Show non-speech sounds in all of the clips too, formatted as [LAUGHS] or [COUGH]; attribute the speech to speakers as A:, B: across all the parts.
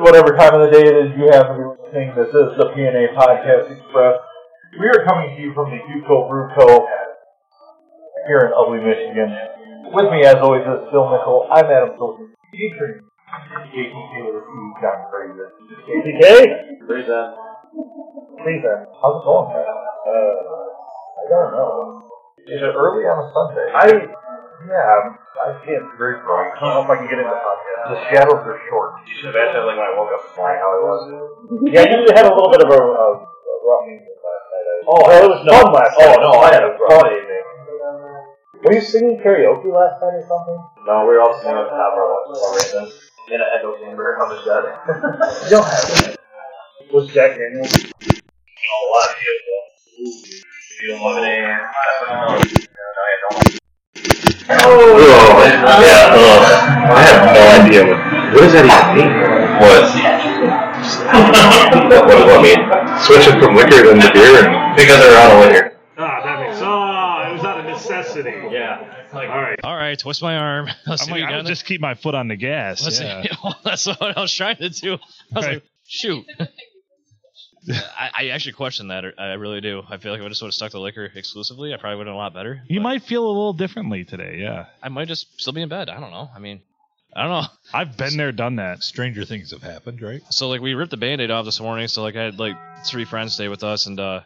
A: whatever time of the day it is you happen to be listening, this is the PNA Podcast Express. We are coming to you from the Huco Brew Co. here in Ugly, Michigan. With me, as always, is Phil Nickel. I'm Adam Silver, featuring Jason Taylor, who John Fraser.
B: CK?
C: There's that.
A: Fraser, how's it going, man? Uh, I don't know. Is it early on a Sunday?
B: I,
A: yeah, I can't agree for
B: I don't know if I can get into podcast.
A: The shadows are short.
C: You should have asked that like when I woke up this morning how I was.
B: Yeah, you had a little bit of a, a, a rough evening last night. I-
A: Oh,
B: well, it was fun last
A: Oh
B: night.
A: no, I had a fun evening.
B: Were you singing karaoke last night or something?
C: No, we were all sitting on the top of our lunch for some reason. In an echo chamber, I'm just dead.
B: You [LAUGHS] don't have to. Was Jack Daniels?
C: A lot of people. Feel lemonade. I don't know. No, I don't.
D: Oh,
A: Oh, Uh,
D: yeah, ugh. I have no idea what. What does that even mean? What? [LAUGHS] what does that mean? Switch it from liquor to beer and pick other out of liquor.
E: Ah, that makes. Ah, it was out of necessity.
C: Yeah. Like,
E: All right.
F: All right, twist my arm. [LAUGHS] I was
E: I'm
F: sitting
E: like, I
F: down
E: would just keep my foot on the gas.
F: there. Let's see. [LAUGHS]
E: yeah.
F: Well, that's what I was trying to do. I was
E: Right.
F: like, shoot. [LAUGHS] I, I actually question that. I really do. I feel like if I just would have stuck to liquor exclusively, I probably would have been a lot better.
E: You
F: But
E: might feel a little differently today. Yeah.
F: I might just still be in bed. I don't know. I mean, I don't know. [LAUGHS]
E: I've been there, done that.
G: Stranger things have happened, right?
F: So like, we ripped the band-aid off this morning. So like, I had like three friends stay with us, and uh,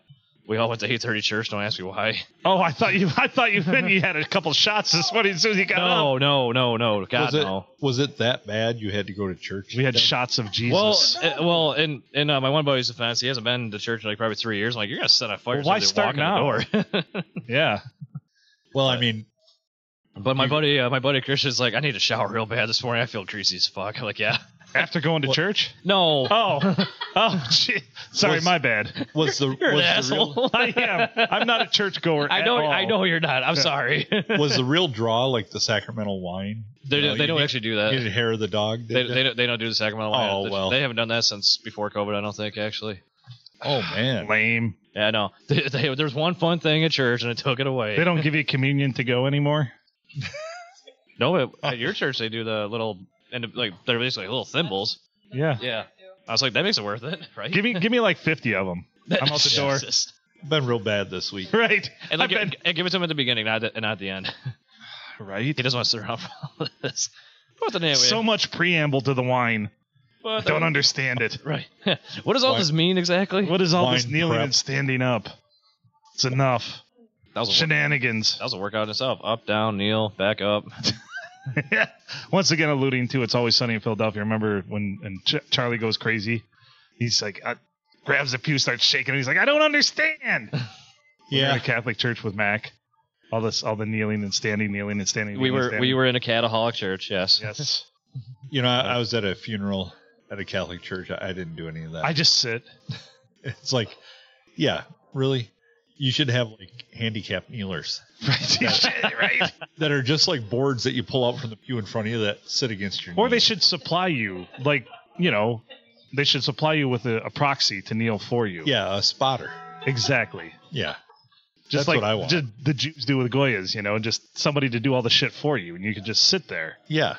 F: we all went to 8:30 church. Don't ask me why.
E: Oh, I thought you. I thought you meant you had a couple shots this morning as soon as you got up.
F: No, no, no, no. God
G: was it
F: no.
G: was it that bad you had to go to church?
E: We had
G: Yeah.
E: shots of
F: Well,
E: Jesus.
F: uh, well, in in uh, my one buddy's defense, he hasn't been to church in like probably three years. I'm like, you're gonna set on fire.
E: Well, why
F: as soon as they walk in the door.
E: [LAUGHS] yeah.
G: well, I mean,
F: but my buddy, uh, my buddy Christian's like, I need to shower real bad this morning. I feel greasy as fuck. [LAUGHS] I'm like, yeah,
E: After going to
G: Well-
E: church.
F: no,
E: Oh. Oh. Gee. Sorry,
G: Was-
E: my bad.
G: was the
F: [LAUGHS] you're an
G: was the, real,
F: asshole.
E: [LAUGHS] I am. I'm not a churchgoer.
F: I
E: at
F: know.
E: all.
F: I know you're not. I'm sorry. [LAUGHS] they
G: [LAUGHS] was the real draw like the sacramental wine?
F: they
G: You know, you
F: don't
G: need-
F: actually do
G: You
F: that.
G: needed hair of the dog.
F: They,
G: did
F: they
G: ya?
F: don't, they don't do the Sacramento wine.
G: Oh,
F: They-
G: well.
F: They haven't done that since before COVID, I don't think, actually.
G: oh man,
E: Lame.
F: Yeah, no. [LAUGHS] They, they, there's one fun thing at church, and it took it away.
E: They don't give you communion to go anymore.
F: No, at-
E: Oh.
F: at your church, they do the little, and like they're basically little thimbles.
E: Yeah.
F: Yeah. I was like, that makes it worth it, [LAUGHS] right?
E: Give me give me like 50 of them. I'm out the door.
F: Jesus.
G: been real bad this
E: [LAUGHS]
G: week.
E: Right.
F: And like,
E: I've been-
F: gi- and give it to him at the beginning, not at the, not at the end.
E: [SIGHS] Right.
F: He doesn't want to sit around for all this. But then anyway,
E: So much preamble to the wine.
F: but,
E: I don't understand it.
F: [LAUGHS] Right. what does all
G: Why-
F: this mean exactly?
E: What is all
G: Wine
E: this kneeling
G: prep.
E: and standing up? It's enough.
F: That was a wor-
E: Shenanigans. [LAUGHS]
F: that was a workout in itself. Up, down, kneel, back up.
E: Once again, alluding to it's always sunny in Philadelphia. Remember when and Ch- Charlie goes crazy? He's like, uh, grabs the pew, starts shaking. it. He's like, I don't understand. We were in
G: Yeah,
E: a Catholic church with Mac. All this, all the kneeling and standing, kneeling and standing. kneeling
F: We
E: and
F: were we
E: standing.
F: were in a cataholic church. Yes. [LAUGHS]
E: Yes.
G: you know, I, I was at a funeral at a Catholic church. I, I didn't do any of that.
E: I just sit.
G: [LAUGHS]
E: [LAUGHS]
G: it's like, yeah, really, you should have like handicapped kneelers.
E: Right. right.
G: that are just like boards that you pull out from the pew in front of you that sit against your.
E: Or
G: knee.
E: they should supply you, like, you know, they should supply you with a, a proxy to kneel for you.
G: Yeah, a spotter.
E: Exactly.
G: Yeah,
E: Just
G: That's
E: like
G: what I want.
E: ju- the Jews do with Goyas, you know, just somebody to do all the shit for you, and you can just sit there.
G: yeah.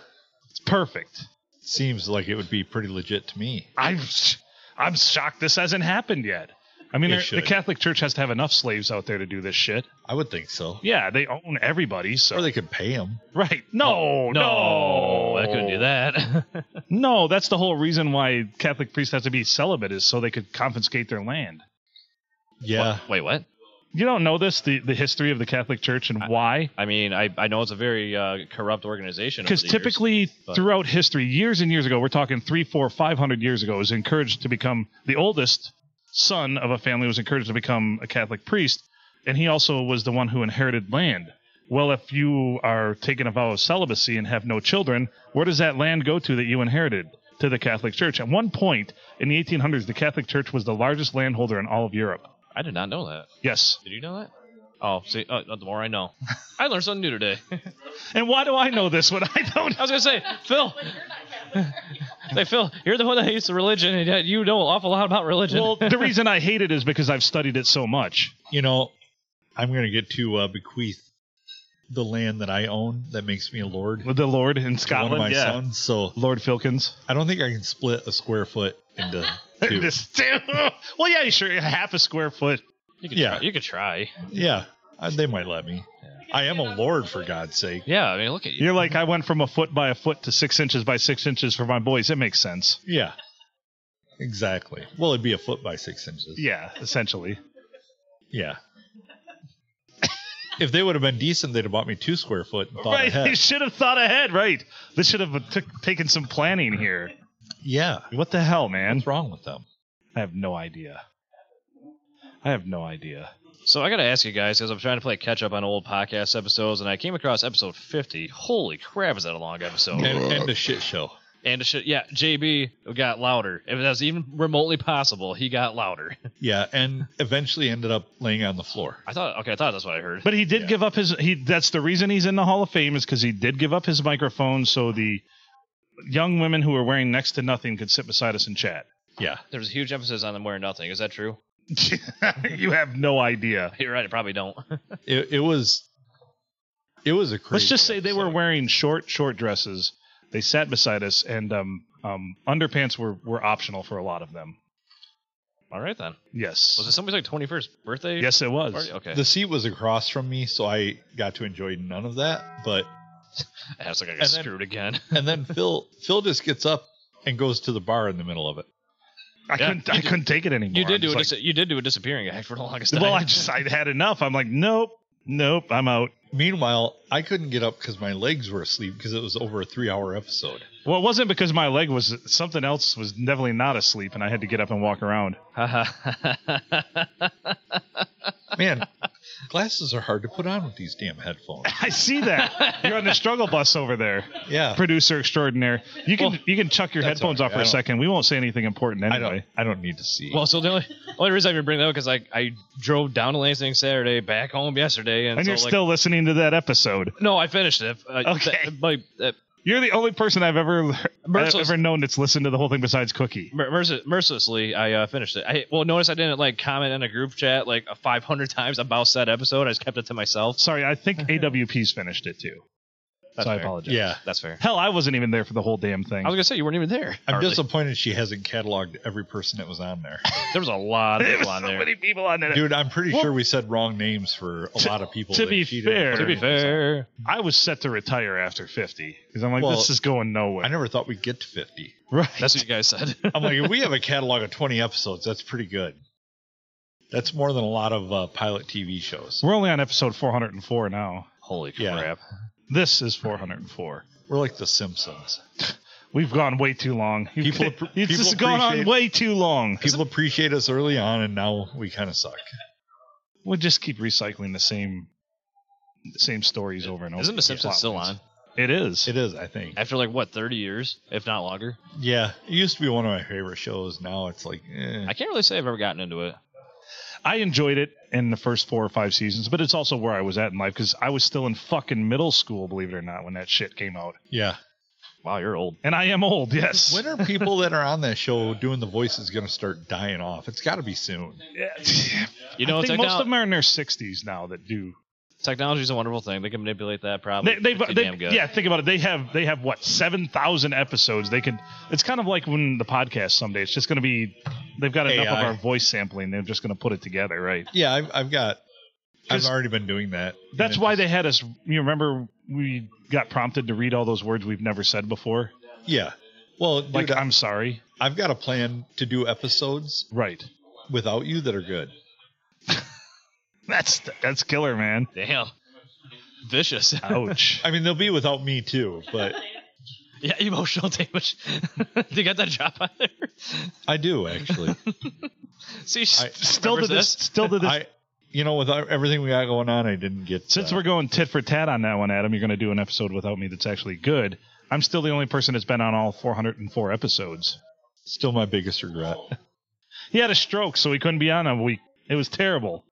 E: It's perfect.
G: Seems like it would be pretty legit to me.
E: I'm, sh- I'm shocked this hasn't happened yet. I mean,
G: It
E: there- the
G: should.
E: Catholic Church has to have enough slaves out there to do this shit.
G: I would think so.
E: Yeah, they own everybody, so
G: Or they Oh, could pay him.
E: right? No, no,
F: I couldn't do that. [LAUGHS]
E: No, that's the whole reason why Catholic priests have to be celibate is so they could confiscate their land. Uh,
G: Yeah,
F: Wait, what?
E: You don't know this the the history of the Catholic Church and why?
F: I mean, I, I know it's a very uh, corrupt organization. over
E: Because
F: the years.
E: typically
F: but-
E: throughout history, years and years ago, we're talking three, four, five hundred years ago, is encouraged to become the oldest son of a family was encouraged to become a Catholic priest, and he also was the one who inherited land. Well, if you are taking a vow of celibacy and have no children, where does that land go to that you inherited? To the Catholic Church. At one point in the 1800s, the Catholic Church was the largest landholder in all of Europe.
F: I did not know that.
E: Yes.
F: Did you know that? Oh, see, uh, the more
E: [LAUGHS]
F: I know. I learned something new today. [LAUGHS]
E: And why do I know this when I don't?
F: I was gonna say, Phil. [LAUGHS] Hey, Phil, you're the one that hates the religion, and yet you know an awful lot about religion.
E: Well, the reason I hate it is because I've studied it so much.
G: you know, I'm gonna get to uh, bequeath the land that I own that makes me a lord.
E: With the Lord in
G: to one of
E: Scotland,
G: my
E: yeah.
G: sons, so
E: Lord Filkins.
G: I don't think I can split a square foot into two.
E: [LAUGHS] This- [LAUGHS] well, yeah, sure. Half a square foot.
F: [LAUGHS] You could
G: Yeah.
F: try. You could try.
G: Yeah, I, they might let me. I am a lord, for God's sake.
F: Yeah, I mean, look at you.
E: You're like, I went from a foot by a foot to six inches by six inches for my boys. It makes sense.
G: Yeah, exactly. Well, it'd be a foot by six inches.
E: Yeah, essentially.
G: Yeah.
E: [LAUGHS]
G: if they would have been decent, they'd have bought me two square foot and thought
E: right. [LAUGHS] You
G: ahead.
E: should have thought ahead. Right. This should have t- taken some planning here.
G: Yeah.
E: What the hell, man?
G: What's wrong with them?
E: I have no idea. I have no idea.
F: So I gotta ask you guys because I'm trying to play catch up on old podcast episodes, and I came across episode 50. Holy crap, is that a long episode?
G: And, and a shit show.
F: And it should, yeah, JB got louder. If that was even remotely possible, he got louder. [LAUGHS]
G: Yeah, and eventually ended up laying on the floor.
F: I thought, okay, I thought that's what I heard. [LAUGHS]
E: But he did give up his. He that's the reason he's in the Hall of Fame is because he did give up his microphone so the young women who were wearing next to nothing could sit beside us and chat. [LAUGHS]
G: Yeah.
F: there was a huge emphasis on them wearing nothing. Is that true? [LAUGHS]
E: you have no idea.
F: You're right. I probably don't. [LAUGHS]
G: It, it was. It was a crazy.
E: Let's just say they were
G: episode.
E: wearing short, short dresses. They sat beside us, and um, um, underpants were, were optional for a lot of them.
F: All right then.
E: Yes.
F: Was it somebody's like 21st birthday?
E: yes, it was.
F: Party? Oh, Okay.
G: The seat was across from me, so I got to enjoy none of that. But
F: I was like, I got
G: and then-
F: screwed again.
G: and
E: [LAUGHS]
G: then Phil Phil just gets up and goes to the bar in the middle of it.
E: I
F: Yeah.
E: couldn't. I couldn't take it anymore.
F: You did
E: I'm
F: do a
E: just
F: dis- you did do a disappearing act for the longest
E: like,
F: time.
E: Well, I just [LAUGHS] I had enough. I'm like, nope, nope. I'm out.
G: Meanwhile, I couldn't get up because my legs were asleep because it was over a three-hour episode.
E: Well, it wasn't because my leg was something else was definitely not asleep, and I had to get up and walk around.
G: Man,
E: [LAUGHS]
G: glasses are hard to put on with these damn headphones.
E: I see that you're on the struggle bus over there,
G: Yeah,
E: producer extraordinaire. You can you can chuck your
G: that's
E: headphones
G: all
E: off for
G: right. I
E: a
G: don't-
E: second. We won't say anything important
G: I
E: anyway.
G: don't. I don't need to see.
F: [LAUGHS] well, so the only, only reason I even bring that up because I I drove down to Lansing Saturday, back home yesterday, and,
E: and
F: so,
E: you're
F: like-
E: still listening to that episode.
F: No, I finished it. Uh,
E: Okay.
F: th- Like uh,
E: You're the only person I've ever [LAUGHS] I've
F: Merciless-
E: ever known that's listened to the whole thing besides Cookie.
F: mer- merci- mercilessly, I uh, finished it. I well, notice I didn't like comment in a group chat like 500 times about that episode. I just kept it to myself.
E: Sorry, I think
F: [LAUGHS]
E: AWP's finished it too.
F: That's
E: so I
F: fair.
E: apologize.
G: yeah,
F: That's fair.
E: Hell, I wasn't even there for the whole damn thing.
F: I was gonna say you weren't even there.
G: I'm
F: hardly.
G: disappointed she hasn't cataloged every person that was on there.
F: There was a lot
E: [LAUGHS]
F: of
E: there were
F: people
E: so
F: on there.
E: many people on that.
G: Dude, I'm pretty
E: Well-
G: sure we said wrong names for a lot of people.
E: to
G: that
E: be
G: she didn't
E: fair-
G: put
F: to be
G: her names on.
F: fair,
E: I was set to retire after 50 because I'm like,
G: Well,
E: this is going nowhere.
G: I never thought we'd get to 50.
E: Right.
F: that's what you guys said.
G: I'm like, if we have a catalog of 20 episodes, that's pretty good. That's more than a lot of uh, pilot TV shows.
E: We're only on episode 404 now.
F: Holy crap!
G: Yeah.
E: This is 404.
G: We're like The Simpsons.
E: We've gone way too long. You
G: People
E: could-
G: appre-
E: [LAUGHS] it's
G: people
E: just gone on
G: appreciate-
E: way too long.
G: People appreciate us early on, and now we kind of suck.
E: We'll just keep recycling the same same stories over and over.
F: [LAUGHS] Isn't The Simpsons
E: Plot
F: still
E: lines.
F: on
E: It is.
G: It is, I think.
F: after like what 30 years, if not longer?
G: Yeah, it used to be one of my favorite shows. Now it's like, eh.
F: I can't really say I've ever gotten into it.
E: I enjoyed it in the first four or five seasons, but it's also where I was at in life because I was still in fucking middle school, believe it or not, when that shit came out.
G: yeah.
F: Wow, you're old.
E: And I am old, yes.
G: When are people that are on that show doing the voices going to start dying off? It's got to be soon.
E: Yeah.
F: [LAUGHS] You know,
E: I think
F: techno-
E: most of them are in their 60s now that do.
F: technology's a wonderful thing. They can manipulate that problem.
E: They, they've,
F: pretty
E: they-
F: damn good.
E: yeah, think about it. They have they have what seven thousand episodes. They could. It's kind of like when the podcast someday. It's just going to be. They've got enough
G: AI.
E: of our voice sampling. They're just going to put it together, right?
G: Yeah, I've, I've got, I've
E: 'Cause
G: already been doing that. and
E: That's
G: it
E: why
G: just-
E: they had us. You remember we got prompted to read all those words we've never said before.
G: Yeah. Well, dude,
E: Like
G: I-
E: I'm sorry,
G: I've got a plan to do episodes
E: right?
G: without you that are good.
E: [LAUGHS] That's that's killer, man.
F: Damn. Vicious. [LAUGHS]
E: Ouch.
G: [LAUGHS] I mean, they'll be without me too, but
F: yeah, emotional damage. [LAUGHS] Do you got that drop on there? [LAUGHS]
G: I
E: [LAUGHS]
G: do actually.
F: See,
G: I-
E: still to this. Still to this.
G: I, you know, with our- everything we got going on, I didn't get.
E: Since
G: uh,
E: we're going tit for tat on that one, Adam, you're going to do an episode without me that's actually good. I'm still the only person that's been on all 404 episodes.
G: still my biggest regret.
E: He had a stroke, so he couldn't be on a week. It was terrible.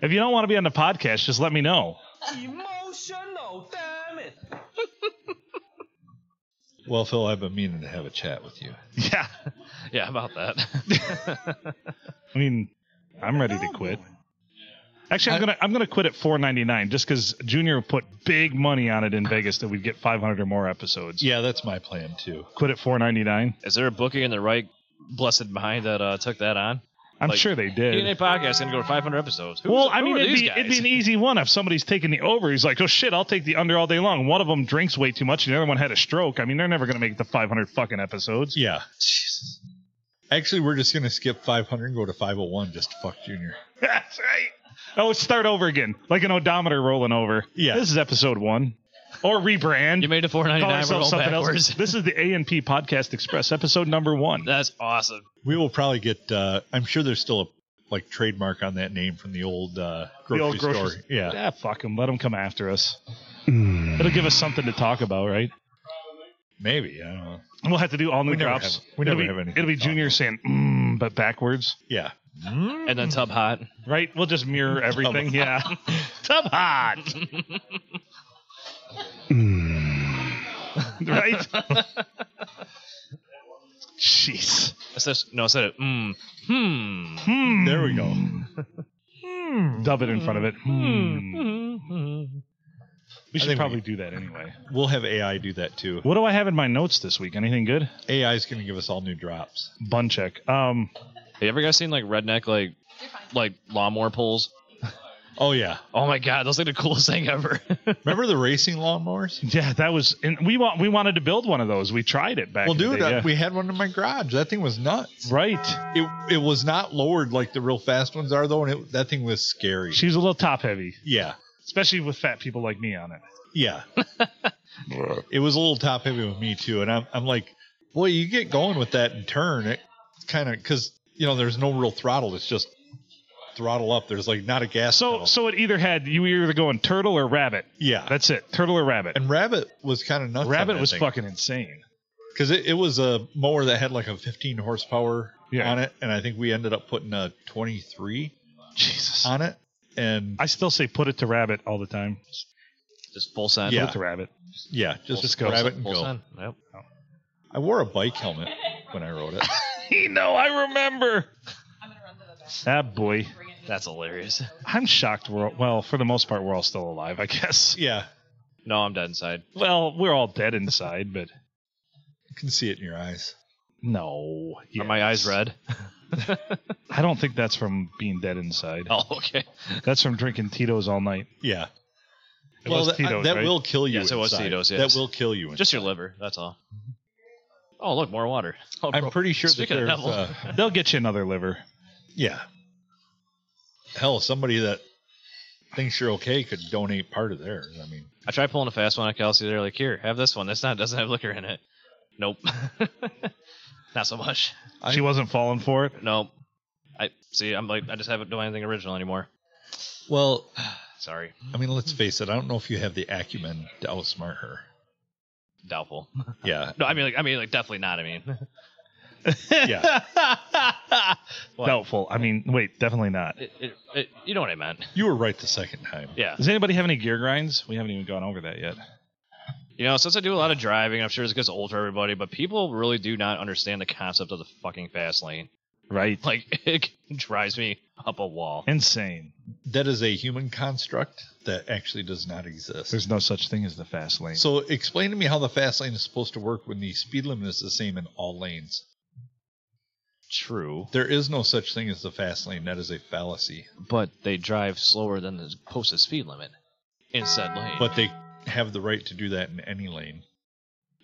E: If you don't want to be on the podcast, just let me
G: [LAUGHS]
E: know.
H: Emotional, damn it!
G: Well, Phil, I've been meaning to have a chat with you.
E: Yeah. [LAUGHS]
F: Yeah, about that.
E: I mean, I'm ready to quit. Actually, I'm gonna I'm gonna quit at 4.99 just because Junior put big money on it in Vegas that we'd get 500 or more episodes.
G: Yeah, that's my plan too.
E: Quit at 4.99.
F: Is there a bookie in the right blessed behind that uh, took that on?
E: I'm
F: Like,
E: sure they
F: DNA
E: did.
F: podcast gonna go to 500 episodes. Who-
E: Well, I
F: who
E: mean,
F: are
E: it'd
F: these
E: be, it'd be
F: guys?
E: an easy one if somebody's taking the over. He's like, oh shit, I'll take the under all day long. One of them drinks way too much, and the other one had a stroke. I mean, they're never gonna make the 500 fucking
G: [LAUGHS]
E: episodes.
G: Yeah. Actually, we're just gonna skip 500 and go to 501 just to fuck Junior.
E: That's right. Oh, start over again, like an odometer rolling over.
G: Yeah.
E: This is episode one, or rebrand.
F: You made it
E: Call
F: 499. We're
E: yourself
F: going
E: something
F: backwards. [LAUGHS]
E: else. This is the A and P Podcast Express episode number one.
F: That's awesome.
G: We will probably get. Uh, I'm sure there's still a like trademark on that name from the old uh, [LAUGHS] grocery
E: old grocery
G: store. Yeah. Hmm.
E: Yeah, fuck them. Let them come after us. It'll give us something to talk about, right?
G: maybe. I don't know.
E: And We'll have to do all new
G: We never
E: drops.
G: have- we
E: it'll
G: never
E: be,
G: have anything
E: It'll be
G: to talk
E: Junior saying, mm, but backwards,
G: Yeah.
F: And then Tub Hot.
E: right? We'll just [LAUGHS] mirror everything. yeah. [LAUGHS] Tub hot. Hmm. right? Jeez.
F: That's this, no, I said it. Mm. Hmm.
E: Hmm.
G: There we go.
E: Dub it in front of it. Hmm. We should
G: think we-
E: probably do that anyway.
G: We'll have AI do that too.
E: What do I have in my notes this week? Anything good?
G: AI is going to give us all new drops.
E: Bun check. Um,
F: Have you ever guys seen like redneck like like lawnmower pulls?
G: Oh yeah.
F: Oh my god, those are the coolest thing ever. [LAUGHS]
G: Remember the racing lawnmowers?
E: yeah, that was. And we want we wanted to build one of those. We tried it back.
G: Well,
E: in the
G: dude,
E: day,
G: I-
E: yeah.
G: we had one in my garage. That thing was nuts.
E: right.
G: It it was not lowered like the real fast ones are though, and it, that thing was scary.
E: She was a little top heavy,
G: yeah.
E: especially with fat people like me on it.
G: Yeah. it was a little top heavy with me too, and I'm I'm like, boy, you get going with that and turn it, kind of because you know there's no real throttle. It's just throttle up. There's like not a gas.
E: So
G: pedal.
E: so it either had you were either going turtle or rabbit.
G: yeah.
E: That's it. Turtle or rabbit.
G: and rabbit was kind of nuts.
E: rabbit was fucking insane.
G: because it, it was a mower that had like a 15 horsepower
E: Yeah.
G: on it, and I think we ended up putting a 23
E: Jesus.
G: on it. And
E: I still say put it to rabbit all the time.
F: Just full send.
E: Put
G: Yeah.
E: it to rabbit.
G: yeah, just,
E: Just go.
G: rabbit and go.
F: Full send. Yep.
G: I wore a bike helmet when I rode it. [LAUGHS]
E: you know, Oh, I remember.
I: I'm gonna run to the bathroom.
E: Ah, boy.
I: Bring it in.
F: That's hilarious.
E: I'm shocked. We're all, well, for the most part, we're all still alive, I
F: [LAUGHS]
E: guess.
G: yeah,
F: No, I'm dead inside.
E: Well, we're all dead inside, but
G: I can see it in your eyes.
E: no.
F: Are my eyes
E: Yes.
F: red? [LAUGHS]
E: I don't think that's from being dead inside.
F: Oh, okay.
E: That's from drinking Tito's all night.
G: Yeah.
E: It
G: well,
E: was
G: that,
E: Tito's,
G: that
E: right?
G: will kill you.
F: Yes, it was
G: inside.
F: Tito's, yes.
G: That will kill you.
F: Just your liver. That's all. Oh, look, more water. Oh,
G: I'm
F: bro.
G: pretty sure that
F: Speaking of
G: there's.
F: Neville.
G: Uh, [LAUGHS]
E: They'll get you another liver.
G: yeah. Hell, somebody that thinks you're okay could donate part of theirs. I mean,
F: I tried pulling a fast one at Kelsey. They're like, here, have this one. That's not doesn't have liquor in it. Nope. [LAUGHS] not so much.
G: I-
E: she wasn't falling for it.
F: Nope. I see. I'm like, I just haven't done anything original anymore.
G: well,
F: Sorry,
G: I mean, let's face it. I don't know if you have the acumen to outsmart her.
F: doubtful.
G: Yeah, [LAUGHS]
F: No, I mean, like, I mean, like, definitely not. I mean,
E: [LAUGHS]
G: yeah.
F: What?
E: Doubtful. I mean, wait, definitely not.
F: it, it, it, you know what I meant.
G: You were right the second time.
F: Yeah.
E: Does anybody have any gear grinds? We haven't even gone over that yet.
F: You know, since I do a lot of driving, I'm sure this gets old for everybody, but people really do not understand the concept of the fucking fast lane. [LAUGHS]
E: Right.
F: Like, it drives me up a wall.
E: Insane.
G: That is a human construct that actually does not exist.
E: There's no such thing as the fast lane.
G: so explain to me how the fast lane is supposed to work when the speed limit is the same in all lanes.
F: True,
G: There is no such thing as the fast lane. That is a fallacy.
F: but they drive slower than the posted speed limit in said lane.
G: But they have the right to do that in any lane.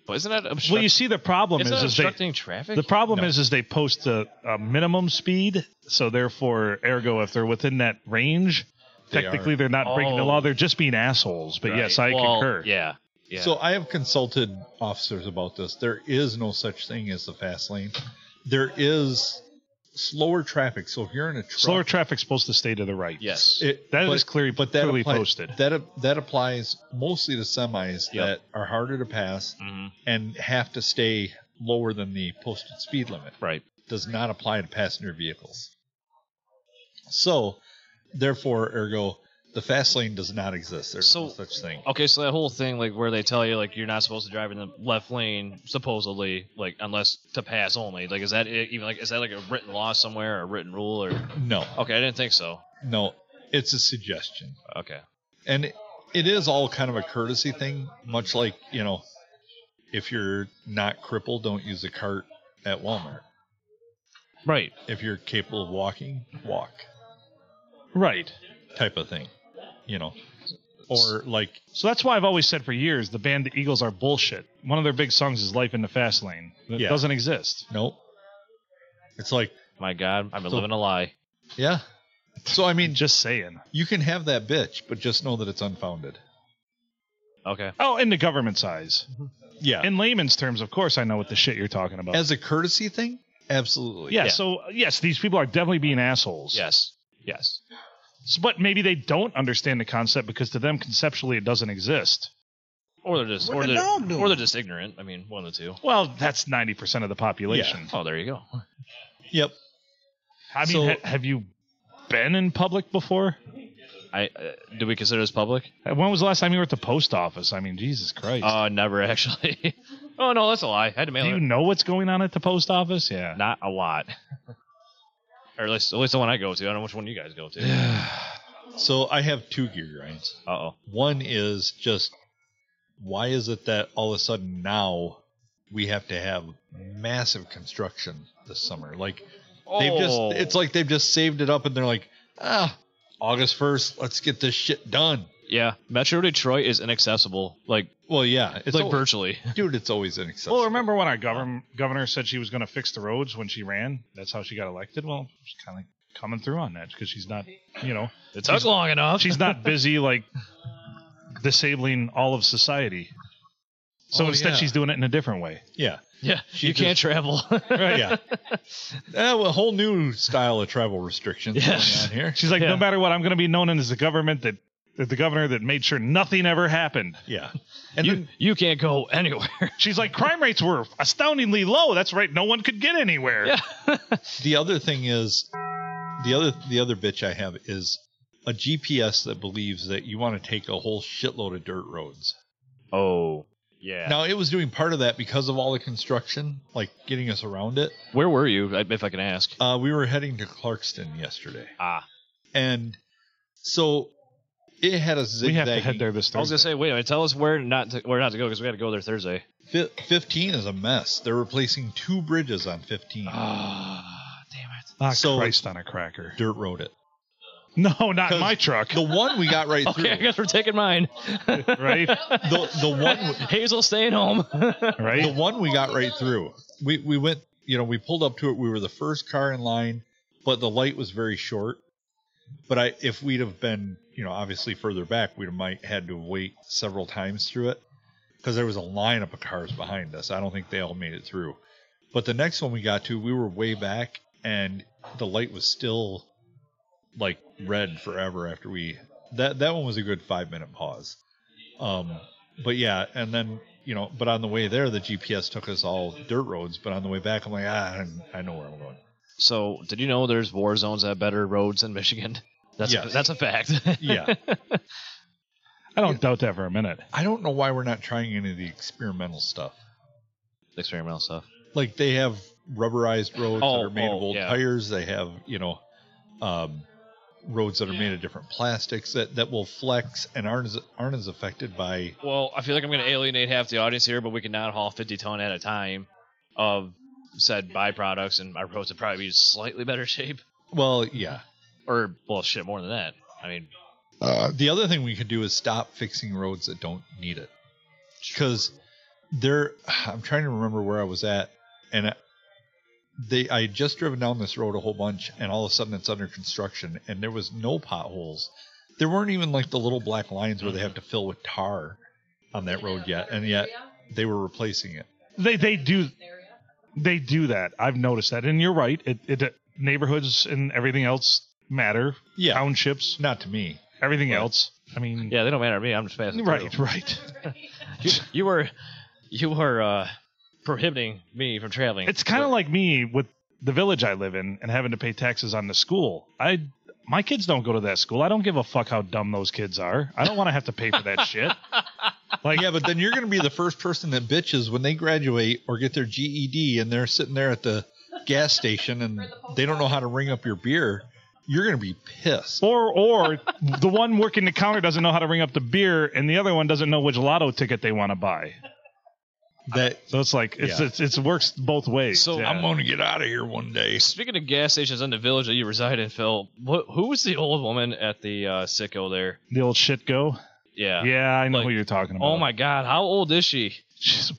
F: But isn't that obstruct-
E: well, you see, the problem
F: isn't
E: is,
F: that
E: is they
F: obstructing traffic?
E: The problem is, is they post a, a minimum speed, so therefore, ergo, if they're within that range,
G: They
E: technically
G: are.
E: they're not breaking the
F: Oh.
E: law; they're just being assholes. But
F: Right.
E: yes, I
F: Well,
E: concur.
F: Yeah. Yeah.
G: So I have consulted officers about this. There is no such thing as the fast lane. There is slower traffic. So if you're in a truck,
E: Slower traffic's supposed to stay to the right.
F: yes.
G: It,
E: That
G: but-
E: is clearly-
G: but that
E: clearly
G: appli-
E: posted.
G: That ap- that applies mostly to semis that
F: Yep.
G: are harder to pass
F: hmm
G: and have to stay lower than the posted speed limit.
F: Right.
G: Does not apply to passenger vehicles. So, therefore, ergo, the fast lane does not exist. There's no
F: So-
G: such thing.
F: Okay, so that whole thing, like where they tell you, like you're not supposed to drive in the left lane, supposedly, like unless to pass only. Like, is that it- even like is that like a written law somewhere, or a written rule, or?
G: No, uh,
F: Okay, I didn't think so.
G: no. It's a suggestion.
F: Okay.
G: and it- it is all kind of a courtesy thing much like you know if you're not crippled don't use a cart at walmart
E: Right.
G: if you're capable of walking walk
E: Right.
G: type of thing you know or like
E: So that's why I've always said for years the band The Eagles are bullshit. One of their big songs is Life in the Fast Lane. It
G: Yeah.
E: doesn't exist.
G: nope it's like
F: My God, I've been
G: So-
F: living a lie.
G: yeah so i mean
E: Just saying.
G: you can have that bitch but just know that it's unfounded
F: Okay.
E: Oh, in the government's eyes.
G: yeah
E: In layman's terms, of course I know what the shit you're talking about.
G: as a courtesy thing absolutely
E: yeah,
F: yeah.
E: so yes, these people are definitely being assholes.
F: Yes. Yes.
E: S- But maybe they don't understand the concept because to them conceptually it doesn't exist.
F: Or they're just, or
I: did
F: they're,
I: Dog do?
F: or they're just ignorant. I mean, one of the two.
E: Well, that's 90% of the population.
F: Oh, there you go.
G: yep
E: I mean,
G: So-
E: ha- have you been in public before?
F: I uh, do we consider this public?
E: Uh, When was the last time you were at the post office? I mean, Jesus Christ.
F: Uh, never [LAUGHS] actually. oh no, that's a lie. I had to mail
E: Do
F: it.
E: you know what's going on at the post office? Yeah.
F: Not a lot. [LAUGHS] or at least, at least the one I go to. I don't know which one you guys go to.
G: so i have two gear grinds
F: Uh oh.
G: One is just why is it that all of a sudden now we have to have massive construction this summer? Like they've just
E: Oh.
G: it's like they've just saved it up and they're like, ah, August first, let's get this shit done.
F: yeah. Metro Detroit is inaccessible. Like
G: Well, yeah, it's
F: like [LAUGHS]
G: al-
F: virtually.
G: dude, it's always inaccessible.
E: Well, remember when our govern- governor said she was going to fix the roads when she ran? That's how she got elected. Well, she's kind of coming through on that because she's not, you know,
F: It took long enough.
E: she's not busy like disabling all of society. So
G: Oh,
E: instead,
G: yeah.
E: she's doing it in a different way.
G: yeah,
F: [LAUGHS] Yeah.
G: She
F: you can't
G: just-
F: travel. [LAUGHS]
G: [LAUGHS] yeah. Ah, well, a whole new style of travel restrictions
F: Yes.
G: going on here.
E: She's like,
F: Yeah.
E: no matter what, I'm going to be known as the government that, that the governor that made sure nothing ever happened.
G: Yeah, and
F: you,
G: then
F: you can't go [LAUGHS] anywhere.
E: She's like, crime rates were astoundingly low. That's right, no one could get anywhere.
F: yeah.
G: the other thing is the other the other bitch I have is a GPS that believes that you want to take a whole shitload of dirt roads.
F: Oh. Yeah.
G: Now it was doing part of that because of all the construction, like getting us around it.
F: Where were you, I- if I can ask?
G: Uh, we were heading to Clarkston yesterday,
F: Ah.
G: and so it had a zigzag.
E: We have to head there this Thursday.
F: I was gonna say, wait a minute. Tell us where not to, where not to go because we got to go there Thursday.
G: Fifteen is a mess. They're replacing two bridges on fifteen.
F: Ah, damn it.
E: Ah,
G: so-
E: Christ on a
F: [LAUGHS]
E: cracker.
G: dirt road it.
E: No, not
G: 'Cause
E: my truck.
G: The one we got
F: [LAUGHS]
G: right
F: Okay, I
G: through.
F: guess we're taking [LAUGHS] mine.
E: [LAUGHS] Right?
G: The the one
F: Hazel staying home. [LAUGHS]
E: Right?
G: The one we got right through. We we went, you know, we pulled up to it. We were the first car in line, but the light was very short. But I, if we'd have been, you know, obviously further back, we might had to wait several times through it because there was a lineup of cars behind us. I don't think they all made it through. But the next one we got to, we were way back, and the light was still like red forever after we. That that one was a good five minute pause. Um, but yeah, and then you know, but on the way there, the GPS took us all dirt roads. But on the way back, I'm like, ah, I'm- I know where I'm going.
F: So, did you know there's war zones at better roads in Michigan? That's a,
G: Yes.
F: that's a [LAUGHS] fact.
G: Yeah.
E: I don't doubt that for a minute.
G: I don't know why we're not trying any of the experimental stuff.
F: experimental stuff.
G: Like they have rubberized roads
F: Oh,
G: that are made
F: oh,
G: of old
F: yeah.
G: tires. They have you know, um, roads that are made of different plastics that that will flex and aren't as, aren't as affected by.
F: Well, I feel like I'm going to alienate half the audience here, but we can now haul 50 ton at a time of said byproducts, and our roads would probably be in slightly better shape.
G: Well, yeah.
F: Or, well, shit, more than that. I mean,
G: The other thing we could do is stop fixing roads that don't need it. Because there, I'm trying to remember where I was at, and I, they, I had just driven down this road a whole bunch, and all of a sudden it's under construction, and there was no potholes. There weren't even like the little black lines where they have to fill with tar on that road yet, and yet they were replacing it.
E: They they do they do that. I've noticed that, and you're right. It, it, neighborhoods and everything else matter.
G: Yeah,
E: Townships,
G: not to me.
E: everything else. I mean,
F: yeah, they don't matter to me. I'm just passing. through.
E: right, [LAUGHS] right.
F: You, you were, you were uh, prohibiting me from traveling.
E: It's kind of like me with the village I live in and having to pay taxes on the school. I my kids don't go to that school. I don't give a fuck how dumb those kids are. I don't want to have to pay for that
F: [LAUGHS]
E: shit.
G: Yeah, but then you're going to be the first person that bitches when they graduate or get their E GED and they're sitting there at the gas station and they don't know how to ring up your beer you're going to be pissed.
E: Or or the one working the counter doesn't know how to ring up the beer, and the other one doesn't know which lotto ticket they want to buy.
G: That
E: So it's like it's
G: Yeah.
E: it's, it's works both ways.
F: So
E: yeah.
G: I'm going to get out of here one day.
F: Speaking of gas stations in the village that you reside in, Phil, wh- who was the old woman at the uh, sicko there?
E: the old shit go.
F: Yeah.
E: Yeah, I know
F: Like,
E: who you're talking about.
F: Oh my God, how old is she?
E: She's-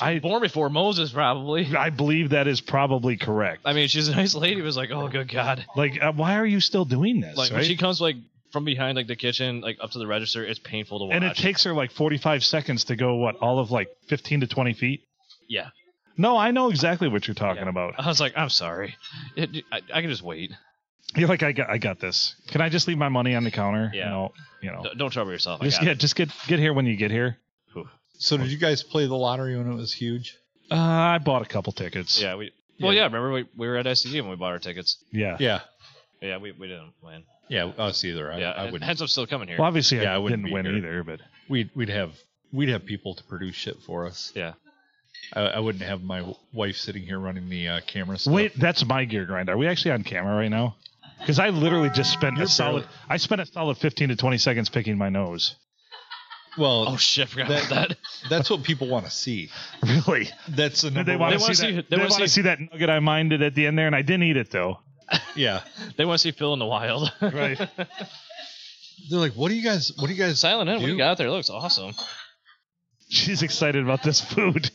E: [LAUGHS] I-
F: was born before Moses,
E: [LAUGHS]
F: probably.
E: I believe that is probably correct.
F: I mean, she's a nice lady. Was like, oh, good God.
E: like, uh, why are you still doing this?
F: Like when
E: right?
F: she comes like from behind like the kitchen, like up to the register, it's painful to watch.
E: and it takes her like 45 seconds to go what all of like 15 to 20 feet.
F: yeah.
E: No, I know exactly what you're talking
F: Yeah.
E: about.
F: I was like, I'm sorry. It, I, I can just wait.
E: You're like, I got, I got this. Can I just leave my money on the counter?
F: Yeah.
E: No, you know,
F: D- don't trouble yourself. I
E: just
F: got
E: get,
F: it.
E: just get, get here when you get here.
G: So did you guys play the lottery when it was huge?
E: Uh, I bought a couple tickets.
F: Yeah. We. Well,
G: Yeah.
F: yeah. Remember we, we were at ICG and we bought our tickets.
E: yeah.
G: Yeah.
F: Yeah, we, we didn't win.
G: Yeah, us either. I,
F: yeah,
G: I
F: and
G: would.
F: Heads up, still coming here.
E: Well, obviously,
G: Yeah,
E: I,
G: I wouldn't
E: didn't
G: be
E: win
G: here.
E: either, but
G: We'd we'd have we'd have people to produce shit for us.
F: Yeah.
G: I, I wouldn't have my w- wife sitting here running the uh, camera stuff.
E: wait, that's my gear grind. Are we actually on camera right now? Because I literally just spent a
G: You're
E: solid, I spent a solid 15 to 20 seconds picking my nose. [LAUGHS]
G: Well,
F: oh shit, I forgot about
G: That-
F: that.
G: that's what people want to see.
E: Really?
G: That's the number
E: they
G: one.
E: want to
F: wanna
E: see,
F: see-
E: that,
F: they
E: they
F: wanna
E: want to
F: see-
E: see that nugget I minded at the end there, and I didn't eat it though. [LAUGHS]
G: Yeah.
F: [LAUGHS] They want to see Phil in the wild.
E: Right.
G: They're like, what do you guys? What do you guys?
F: [LAUGHS] Silent Hill, what
G: do?
F: you got there? Looks awesome.
E: She's excited about this food.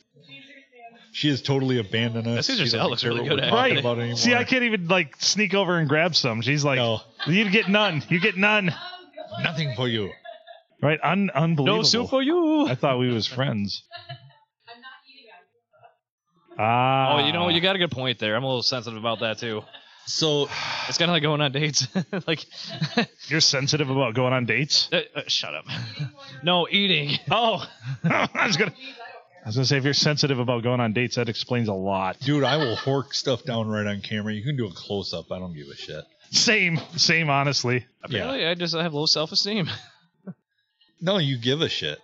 G: She has totally abandoned us.
F: That Caesar
G: She doesn't
F: salad looks
G: care
F: really good,
G: what we're
F: actually.
G: talking
E: Right.
G: About anymore.
E: See, I can't even like sneak over and grab some. She's like,
G: No,
E: you get none. You get none.
G: nothing for you.
E: Right? Un- unbelievable.
F: No soup for you.
E: I thought we was friends. Ah.
F: Oh, you know, you got a good point there. I'm a little sensitive about that too.
G: So
F: It's kind of like going on dates. [LAUGHS] like,
E: Ah, you're sensitive about going on dates. [LAUGHS]
F: uh, uh, shut up. [LAUGHS] No eating. [LAUGHS]
E: Oh, I was gonna. I was gonna say if you're sensitive about going on dates, that explains a lot.
G: Dude, I will hork stuff down right on camera. You can do a close up. I don't give a shit.
E: Same, same. Honestly,
G: Yeah.
F: Apparently, I just have low self esteem. [LAUGHS]
G: No, you give a shit.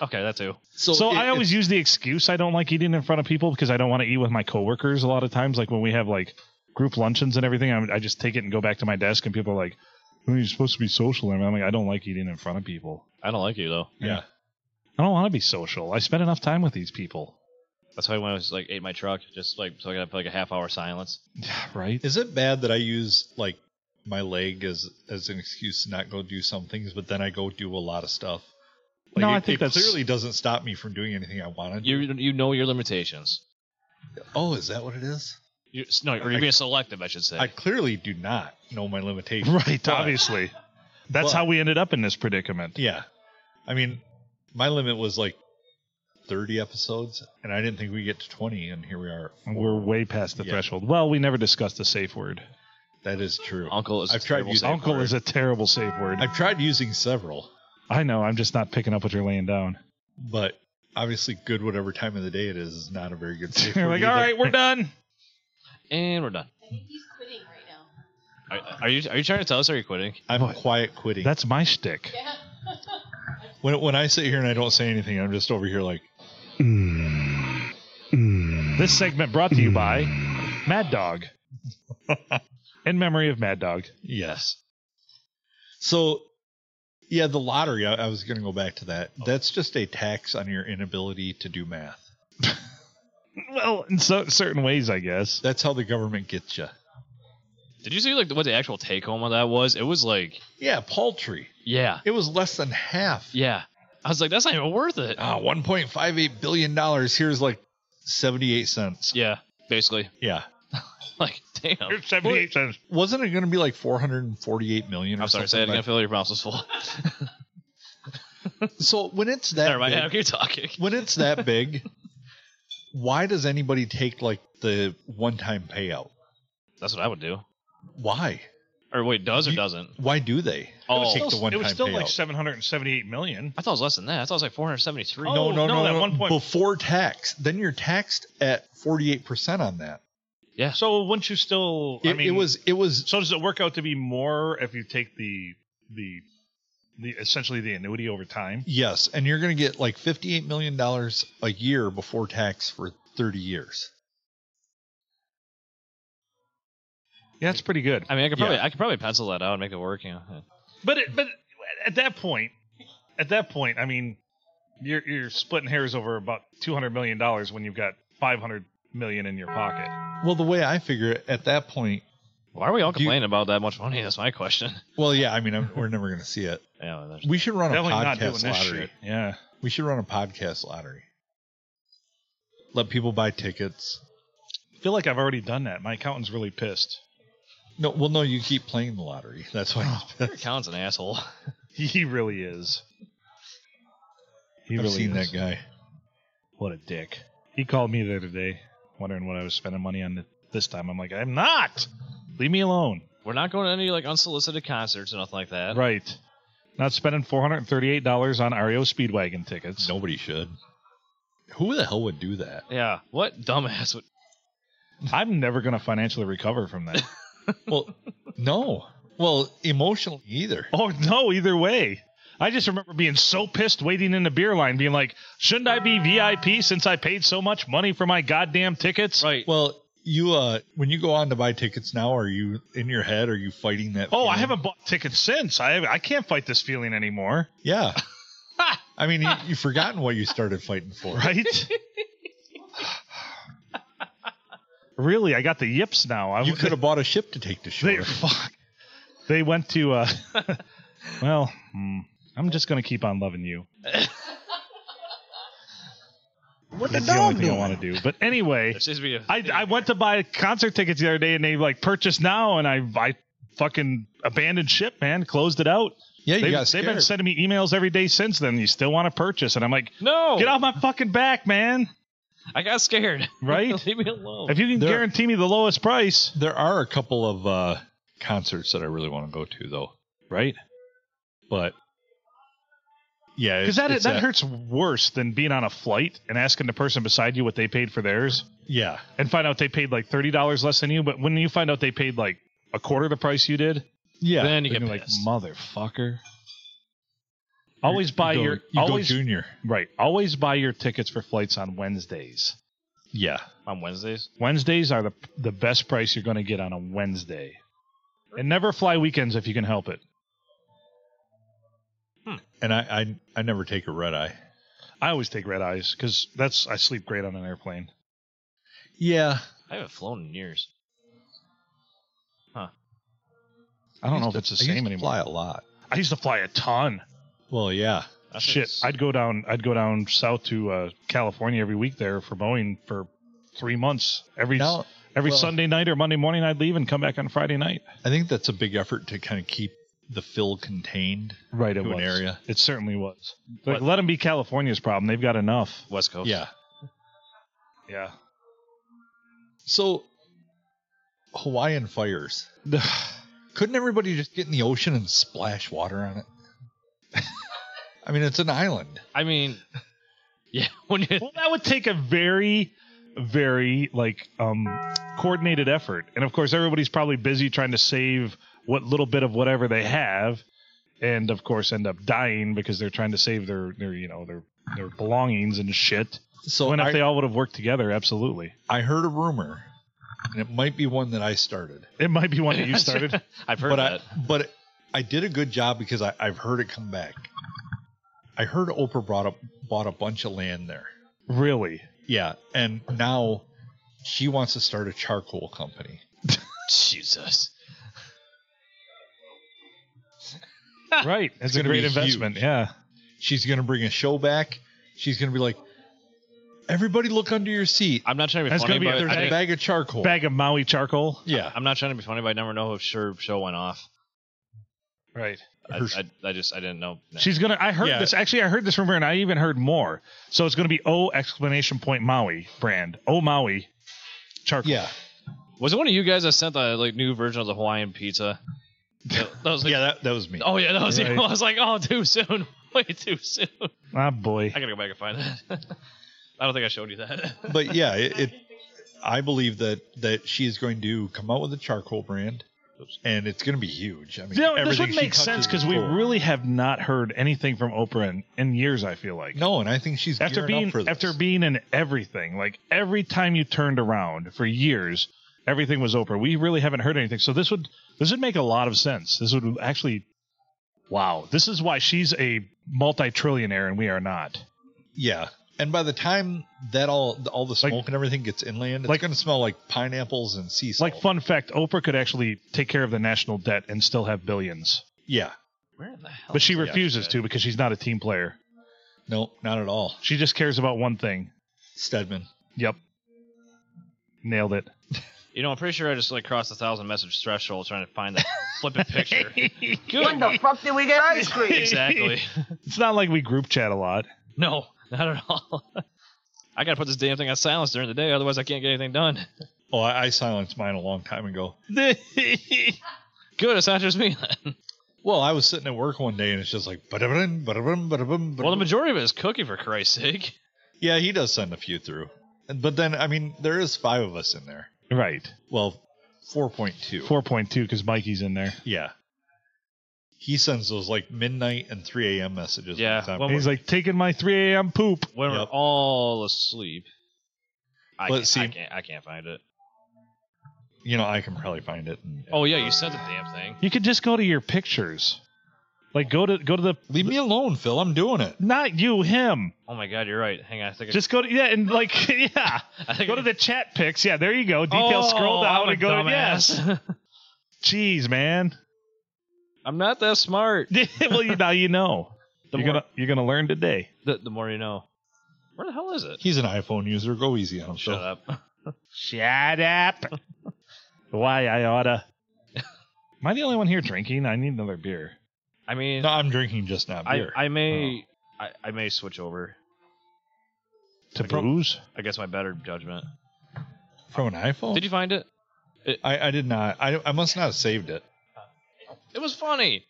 F: Okay, that too.
G: So,
E: so
G: it-
E: I always
G: it's-
E: use the excuse I don't like eating in front of people because I don't want to eat with my coworkers. A lot of times, like when we have like group luncheons and everything, I, I just take it and go back to my desk, and people are like, "Well, "You're supposed to be social," and I'm like, "I don't like eating in front of people.
F: I don't like you though.
G: yeah.
E: I don't want to be social. I spend enough time with these people." [SIGHS]
F: That's why when I was like ate my truck, just like so I got like a half hour silence.
E: Right? [LAUGHS]
G: Is it bad that I use like my leg as as an excuse to not go do some things, but then I go do a lot of stuff? Like,
E: No,
G: it,
E: I think
G: it
E: that's-
G: clearly doesn't stop me from doing anything I want to do.
F: You you know your limitations.
G: Oh, is that what it is?
F: You're, no, or
G: I-
F: you're being selective, I should say.
G: I clearly do not know my limitations.
E: Right?
G: But-
E: Obviously, that's
G: but-
E: how we ended up in this predicament.
G: Yeah. I mean, my limit was like 30 episodes, and I didn't think we'd get to 20, and here we are. at four.
E: We're way past the
G: Yeah.
E: threshold. Well, we never discussed the safe word.
G: That is true.
F: Uncle is. a
G: I've tried
F: terrible
G: using-
F: safe
E: Uncle
F: word.
E: is a terrible safe word.
G: I've tried using several,
E: I know. I'm just not picking up what you're laying down.
G: but obviously, good whatever time of the day it is is not a very
E: [LAUGHS]
G: good safe
E: You're
G: word
E: like,
G: either.
E: all right,
G: [LAUGHS]
E: we're done.
F: And we're done.
I: I think he's quitting right now.
F: Are, are you are you trying to tell us are you quitting?
G: I'm quiet quitting.
E: That's my shtick.
I: Yeah.
G: when, when I sit here and I don't say anything, I'm just over here like,
E: This segment brought to you by Mad Dog. [LAUGHS] In memory of Mad Dog.
G: yes. So, yeah, the lottery, I, I was going to go back to that.
E: Oh.
G: That's just a tax on your inability to do math.
E: Well, in so, certain ways, I guess.
G: That's how the government gets you.
F: Did you see like what the actual take home of that was? It was like
G: Yeah, paltry.
F: yeah,
G: It was less than half.
F: yeah. I was like, that's not even worth it.
G: Ah, one point five eight billion dollars. Here's like seventy eight cents.
F: Yeah, basically. [LAUGHS]
G: Yeah.
F: Like damn.
E: Here's 78 cents.
G: Wasn't it going to be like four hundred and forty eight million? Or
F: I'm
G: [LAUGHS]
F: sorry, say it
G: something
F: again.
G: like-
F: Phil, your mouth was full. [LAUGHS]
G: So when it's that
F: Never mind.
G: big-
F: [LAUGHS] I keep talking.
G: when it's that big, why does anybody take like the one time payout?
F: That's what I would do.
G: Why?
F: Or wait, does or
G: You-
F: doesn't?
G: Why do they
F: Oh.
G: take the one
E: it
G: time
E: was still
G: payout?
E: like 778 million.
F: I thought it was less than that. I thought it was like 473.
E: Oh,
G: no, no,
E: no,
G: no,
E: that
G: no,
E: one point-
G: before tax. Then you're taxed at forty eight percent on that.
F: Yeah.
E: So wouldn't you still?
G: It,
E: I mean,
G: it was it was
E: So does it work out to be more if you take the the the essentially the annuity over time?
G: Yes, and you're going to get like fifty-eight million dollars a year before tax for thirty years.
E: Yeah, that's pretty good.
F: I mean, I could probably I could probably pencil that out and make it work. You know,
E: But it, but at that point, at that point, I mean, you're you're splitting hairs over about two hundred million dollars when you've got five hundred million in your pocket.
G: Well, the way I figure it, at that point,
F: why are we all
G: Do you-
F: complaining about that much money? That's my question. [LAUGHS]
G: well, yeah, I mean, I'm, we're never going to see it.
F: Yeah,
E: [LAUGHS]
F: well, there's-
G: We should run a
E: Definitely not doing
G: podcast
E: this
G: lottery.
E: shit. Yeah.
G: We should run a podcast lottery. Let people buy tickets.
E: I feel like I've already done that. My accountant's really pissed. [LAUGHS]
G: No, well, no, you keep playing the lottery. That's why.
E: Oh,
G: [LAUGHS]
F: your accountant's an asshole. [LAUGHS]
E: He really is. He
G: I've
E: really
G: seen
E: is.
G: that guy.
E: What a dick. He called me the other day, wondering what I was spending money on th- this time. I'm like, I'm not. Leave me alone.
F: We're not going to any like unsolicited concerts or nothing like that.
E: Right. Not spending four hundred and thirty-eight dollars on REO Speedwagon tickets.
G: Nobody should. Who the hell would do that?
F: Yeah. What dumbass would? [LAUGHS]
E: I'm never going to financially recover from that.
G: Well, no. Well, emotionally either.
E: oh no! Either way, I just remember being so pissed waiting in the beer line, being like, "Shouldn't I be VIP since I paid so much money for my goddamn tickets?"
F: Right.
G: Well, you uh, when you go on to buy tickets now, are you in your head? Are you fighting that?
E: Oh, I
G: feeling?
E: haven't bought tickets since. I I can't fight this feeling anymore. [LAUGHS]
G: Yeah. I mean, you, you've forgotten what you started fighting for.
E: Right? really, I got the yips now. I
G: You
E: was-
G: could have bought a ship to take to shore.
E: They, fuck. They went to. Uh, [LAUGHS] well, hmm, I'm just gonna keep on loving you. what That's the only thing I want to do. But anyway,
F: There seems to be a.
E: I I went to buy concert tickets the other day, and they like purchase now, and I I fucking abandoned ship, man. Closed it out.
G: Yeah, you
E: They've,
G: got
E: they've
G: scared.
E: been sending me emails every day since then. You still want to purchase? And I'm like,
G: Oh.
F: no.
E: get off my fucking back, man.
F: I got scared.
E: Right?
F: [LAUGHS] Leave me alone.
E: If you can
G: They're-
E: guarantee me the lowest price,
G: there are a couple of uh, concerts that I really want to go to though,
E: right?
G: but yeah,
E: Because
G: it's-
E: that
G: it's
E: that hurts worse than being on a flight and asking the person beside you what they paid for theirs,
G: Yeah,
E: and find out they paid like thirty dollars less than you. But when you find out they paid like a quarter the price you did,
G: yeah.
F: then you get
E: you're like
F: pissed.
E: motherfucker. Always buy
G: you go,
E: your
G: you
E: always
G: go junior.
E: right. Always buy your tickets for flights on Wednesdays.
G: Yeah,
F: on Wednesdays.
E: Wednesdays are the the best price you're going to get on a Wednesday, and never fly weekends if you can help it.
G: and I I, I never take a red eye.
E: I always take red eyes because that's I sleep great on an airplane.
G: Yeah,
F: I haven't flown in years.
E: I don't know if it's the
G: I used
E: same
G: to
E: anymore.
G: Fly a lot.
E: I used to fly a ton.
G: Well, yeah,
F: That's
E: Shit,
F: just-
E: I'd go down. I'd go down south to uh, California every week there for Boeing for three months. Every
G: now
E: every
G: well-
E: Sunday night or Monday morning, I'd leave and come back on Friday night.
G: I think that's a big effort to kind of keep the fill contained.
E: Right,
G: it was.
E: It certainly was.
F: But-
E: Like, let them be California's problem. They've got enough.
F: West Coast.
G: Yeah.
E: Yeah.
G: So Hawaiian fires. [SIGHS] Couldn't everybody just get in the ocean and splash water on it? [LAUGHS] I mean, it's an island.
F: I
E: [LAUGHS]
F: mean, [LAUGHS] yeah. When you
E: Well, that would take a very, very like um coordinated effort, and of course, everybody's probably busy trying to save what little bit of whatever they have, and of course, end up dying because they're trying to save their their you know their their belongings and shit.
G: So
E: when
G: I,
E: if they all would have worked together, absolutely.
G: I heard a rumor, and it might be one that I started,
E: It might be one that
F: [LAUGHS]
E: you started.
F: I've heard
G: but I
F: that.
G: but I did a good job because I, I've heard it come back. I heard Oprah brought up bought a bunch of land there.
E: really?
G: Yeah, and now she wants to start a charcoal company.
F: Jesus.
E: right. It's, a
G: gonna
E: great
G: be
E: investment. Yeah.
G: She's going to bring a show back. She's going to be like, everybody look under your seat.
F: I'm not trying to be
E: That's
F: funny,
E: gonna be
F: but
E: a
F: I
G: There's a
F: think-
G: bag of charcoal.
E: Bag of Maui charcoal.
G: yeah.
F: I'm not trying to be funny, but I never know if her show went off.
E: Right.
F: I,
G: Her sh-
F: I, I just I didn't know. No.
E: She's gonna. I heard
G: Yeah.
E: this. Actually, I heard this rumor, and I even heard more. So it's gonna be O exclamation point Maui brand. O Maui charcoal.
G: Yeah.
F: was it one of you guys that sent the like new version of the Hawaiian pizza? That, that was like,
G: Yeah, that, that was me.
F: oh yeah, that was
E: Right.
F: you. [LAUGHS] I was like, oh, too soon, [LAUGHS] way too soon.
E: Ah boy.
F: I gotta go back and find that. [LAUGHS] I don't think I showed you that.
G: But yeah, it, it I believe that that she is going to come out with a charcoal brand and it's going to be huge. I mean,
E: You know, this
G: everything
E: would
G: she
E: make sense
G: touches
E: because
G: is
E: we
G: gold.
E: really have not heard anything from Oprah in, in years. I feel like.
G: No, and I think she's
E: after
G: gearing
E: being
G: up for this.
E: after being in everything, like every time you turned around for years, everything was Oprah. We really haven't heard anything. So this would this would make a lot of sense. This would actually wow. This is why she's a multi-trillionaire and we are not.
G: Yeah. And by the time that all all the smoke
E: Like-
G: and everything gets inland, it's
E: like-
G: like, gonna smell like pineapples and sea
E: It's
G: salt.
E: like fun fact, Oprah could actually take care of the national debt and still have billions.
G: yeah.
F: [LAUGHS] Where in the hell?
E: But she
F: is the
E: refuses
F: extra?
E: to because she's not a team player.
G: No, not at all.
E: She just cares about one thing.
G: Stedman.
E: Yep. Nailed
F: [LAUGHS]
E: it.
F: You know, I'm pretty sure I just like crossed a thousand message threshold trying to
E: [LAUGHS]
F: find that flipping picture.
H: When the fuck did we get ice cream?
F: exactly. [LAUGHS]
E: It's not like we group chat a lot.
F: No, not at all. [LAUGHS] I gotta put this damn thing on silence during the day, otherwise I can't get anything done.
G: Oh, I, I silenced mine a long time ago.
F: [LAUGHS] Good, it's not just me. then.
G: Well, I was sitting at work one day and it's just like ba-da-ba-dum, ba-da-ba-dum, ba-da-ba-dum,
F: well, the
G: ba-da-ba-dum.
F: majority of it is cooking for Christ's sake.
G: Yeah, he does send a few through. But then I mean there is five of us in there.
E: Right.
G: Well, four point two.
E: 4.2 because Mikey's in there.
G: Yeah. He sends those like midnight and three AM messages.
F: Yeah,
G: all the time.
F: well,
E: And he's like, taking my 3 a.m. poop.
F: When
G: Yep.
F: we're all asleep. I,
G: But
F: can't,
G: see-
F: I can't. I can't find it.
G: you know, I can probably find it. and-
F: Oh yeah, you sent the damn thing.
E: You could just go to your pictures. Like go to go to the
G: Leave me alone, Phil. I'm doing it.
E: not you him.
F: Oh my god, you're right. Hang on, I think.
E: Just go to yeah and like [LAUGHS] yeah.
F: [LAUGHS] I, I think
E: Go to the chat pics. Yeah, there you go. Details scroll
F: [LAUGHS] Oh,
E: down
F: I'm a
E: and go to yes.
F: dumbass.
E: Jeez, man.
F: [LAUGHS] I'm not
E: [LAUGHS]
F: that smart.
E: well, you, now you know.
F: The
E: you're
F: more-
E: gonna you're gonna learn today.
F: The, the more you know. Where the hell is it?
G: He's an iPhone user. Go easy on him.
F: Shut
G: Phil.
F: up.
E: Shut up.
F: [LAUGHS]
E: Why I oughta. Am I the only one here drinking? I need another beer.
F: I mean,
G: No, I'm drinking just not
F: I,
G: beer.
F: I may,
E: Oh.
F: I, I may switch over.
E: To
F: I don't-
E: booze?
F: I guess my better judgment.
G: From an iPhone?
F: Did you find it?
G: I, I did not. I, I must not have saved it.
F: It was funny.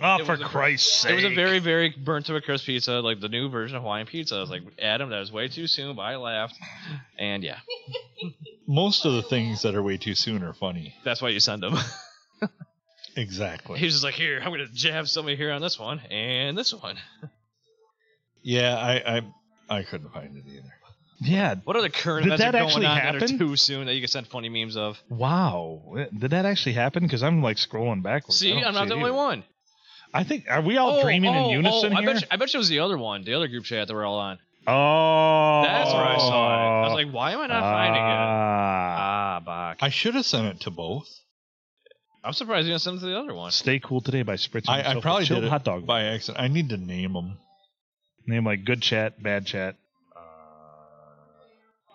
E: Oh,
F: It
E: for
F: was a-
E: Christ's sake.
F: It was a very, very burnt to a crisp pizza, like the new version of Hawaiian pizza. I was like, Adam, that was way too soon, but I laughed. And yeah,
G: Most of the things that are way too soon are funny.
F: that's why you send them. [LAUGHS]
G: Exactly.
F: He's just like, here, I'm gonna jab somebody here on this one and this one.
G: Yeah, I I, I couldn't find it either.
E: Yeah.
F: What are the current
E: Did
F: events
E: that
F: that are
E: actually
F: going on that
E: happen?
F: are too soon that you can send funny memes of?
E: Wow. Did that actually happen? Because I'm like scrolling backwards.
F: See,
E: I don't
F: I'm
E: see
F: not
E: it
F: the only
E: either.
F: one.
E: I think are we all
F: Oh,
E: dreaming
F: oh,
E: in unison
F: oh, I
E: here?
F: bet, you, I bet you it was the other one, the other group chat that we're all on.
E: oh,
F: That's where I saw it. I was like, why am I not finding it?
E: ah.
F: Ah, Bach.
G: I should have sent it to both.
F: I'm surprised you didn't send it to the other one.
E: Stay cool today by spritzing.
G: I, I
E: yourself with
G: probably
E: chilled
G: did it
E: hot dog.
G: by accident. I need to name them.
E: Name like good chat, bad chat.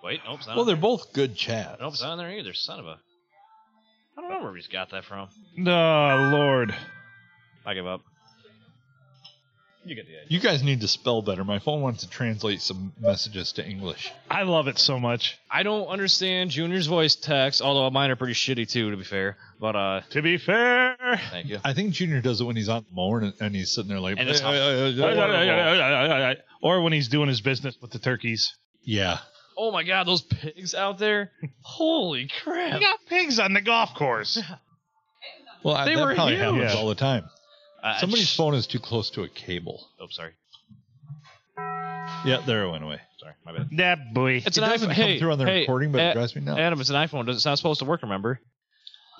F: Wait, nope. It's not
G: Well,
F: on
G: they're
F: there.
G: both good chat.
F: Nope, it's not on there either. Son of a. I don't know where he's got that from.
E: Oh Lord.
F: I give up. You get the idea.
G: You guys need to spell better. My phone wants to translate some messages to English.
E: I love it so much.
F: I don't understand Junior's voice text, although mine are pretty shitty too, to be fair. But uh,
E: To be fair.
F: thank you.
G: I think Junior does it when he's on the mower and, and he's sitting there like,
F: And it's hot.
E: Or when he's doing his business with the turkeys.
G: yeah.
F: [LAUGHS] Oh my god, those pigs out there! Holy crap!
E: got pigs on the golf course.
G: Well, I-
F: They
G: that
F: were
G: probably
F: huge.
G: happens
E: Yeah.
G: all the time.
F: Uh,
G: Somebody's
F: sh-
G: phone is too close to a cable.
F: Oh, sorry,
G: Yeah, there it went away.
F: sorry, my bad.
E: that boy.
F: It's
G: It
F: an
G: doesn't
F: iPhone.
G: come
F: hey,
G: through on the
F: hey, eh,
G: recording, but
F: A-
G: it drives me nuts.
F: [LAUGHS] Adam, it's an iPhone. Does It's not supposed to work. Remember,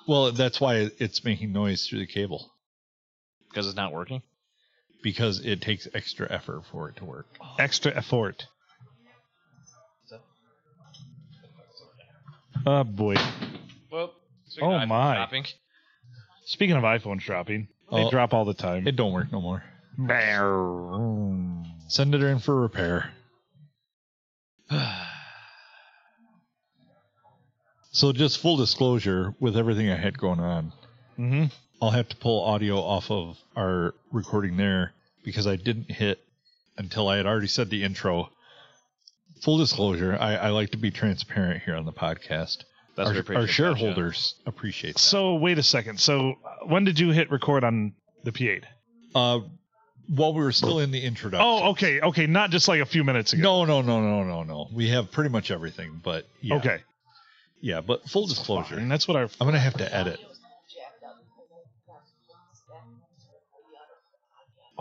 G: Well, that's why it- it's making noise through the cable
F: because it's not working.
G: because it takes extra effort for it to work.
E: Extra effort. Oh boy.
F: Well,
E: Oh,
F: of iPhone
E: my.
F: shopping,
E: Speaking of iPhone dropping, they
G: Oh.
E: drop all the time. Mm-hmm.
G: It don't work no more. Send it in for repair. [SIGHS] So, just full disclosure, with everything I had going on,
E: hmm
G: I'll have to pull audio off of our recording there because I didn't hit until I had already said the intro. Full disclosure, I, I like to be transparent here on the podcast.
F: That's what I
G: our, our
F: appreciate about you.
G: shareholders appreciate that.
E: So wait a second. So uh, when did you hit record on the P8?
G: Uh, while we were still in the introduction.
E: Oh, okay, okay, not just like a few minutes ago.
G: No, no, no, no, no, no. We have pretty much everything, but yeah.
E: Okay,
G: Yeah, but full
E: and
G: disclosure,
E: that's what our
G: I'm going to have to edit.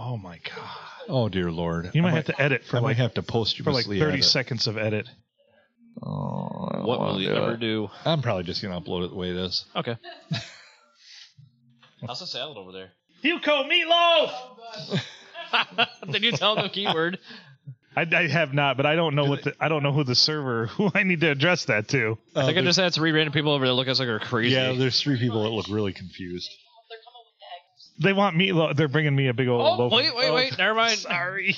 E: Oh my god!
G: Oh, dear Lord.
E: You
G: I
E: might have to edit
G: I
E: for
G: might
E: like
G: have to posthumously
E: for like 30
G: edit.
E: seconds of edit.
G: Oh, I don't
F: what will
G: wanna
F: you
G: do
F: ever
G: it.
F: do?
G: I'm probably just gonna upload it the way it is.
F: Okay. [LAUGHS] How's the salad over there?
E: Hugo meatloaf.
F: [LAUGHS] Did you tell them the
G: [LAUGHS]
F: keyword?
E: I, I have not, but I don't know what the, I don't know who the server [LAUGHS] who I need to address that to.
F: I think I
G: Uh,
F: just had three random people over there look at us like we're crazy.
G: yeah, there's three people that look really confused.
E: They want meatloaf. They're bringing me a big old.
F: oh,
E: loaf.
F: wait, wait,
E: Oh,
F: wait. Never mind.
E: Sorry.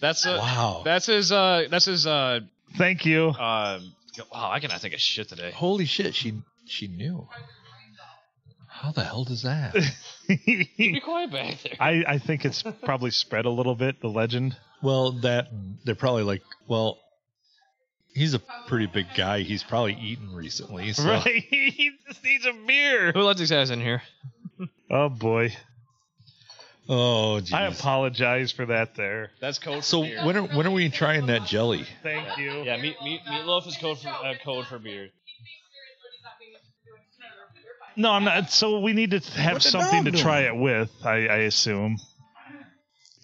F: That's a,
G: Wow.
F: that's his uh that's his uh
E: [LAUGHS] Thank you. [LAUGHS]
F: um wow, I cannot think of shit today.
G: Holy shit, she she knew. How the hell does that? [LAUGHS]
F: Be quiet back there.
E: I, I think it's probably spread a little bit. The legend.
G: well, that they're probably like, well, he's a pretty big guy. He's probably eaten recently.
E: [LAUGHS] [LAUGHS]
G: So.
E: Right. he just needs a beer.
F: Who let these guys in here?
E: Oh boy.
G: Oh, geez.
E: I apologize for that. There.
F: That's code
G: So when are when are we trying that jelly?
E: Thank you.
F: yeah, meat, meat, meatloaf is code for uh, code for beer.
E: No, I'm not. So we need to have
G: What the
E: something to
G: dog
E: try it with. I, I assume.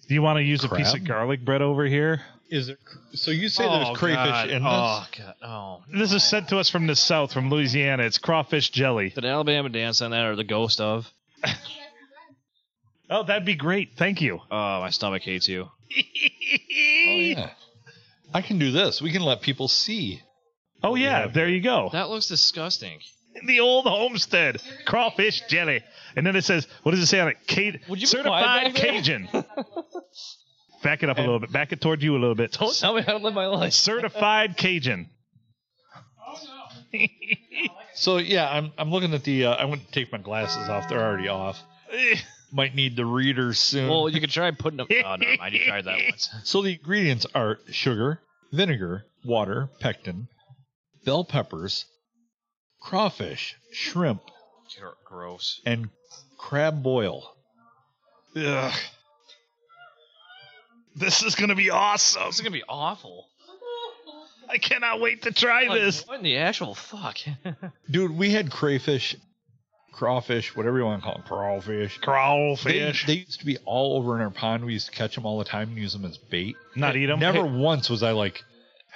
E: Do you want to use a piece
G: Crab?
E: of garlic bread over here?
G: Is there? So you say
F: Oh,
G: there's crayfish
F: God.
G: in
F: Oh
G: this?
F: god. Oh.
E: This is sent to us from the south, from Louisiana. It's crawfish jelly.
F: Did Alabama dance on that or the ghost of?
E: Oh, that'd be great. Thank
F: [LAUGHS]
E: you.
F: Oh, my stomach hates you.
G: Oh yeah. I can do this. We can let people see.
E: Oh yeah, there you go.
F: That looks disgusting.
E: The old homestead crawfish jelly, and then it says, "What does it say on it? Cajun,
F: Would you be
E: certified
F: quiet back there?
E: Cajun."
F: [LAUGHS]
E: Back it up a little bit. Back it toward you a little bit.
F: Don't tell me how to live my life.
E: Certified Cajun.
G: So yeah, I'm I'm looking at the. Uh, I went to take my glasses off. They're already [LAUGHS] off. Might need the reader soon.
F: Well, you could try putting them. Oh, no, I tried that once.
G: So the ingredients are sugar, vinegar, water, pectin, bell peppers, crawfish, shrimp,
F: Gr- Gross.
G: and crab boil.
E: Ugh. This is gonna be awesome.
F: This is gonna be awful.
E: I cannot wait to try
F: Like,
E: this.
F: What in the actual fuck?
G: Dude, we had crayfish, crawfish, whatever you want to call them, crawfish. They,
E: Crawfish.
G: they used to be all over in our pond. We used to catch them all the time and use them as bait.
E: Not eat them.
G: Never once was I like,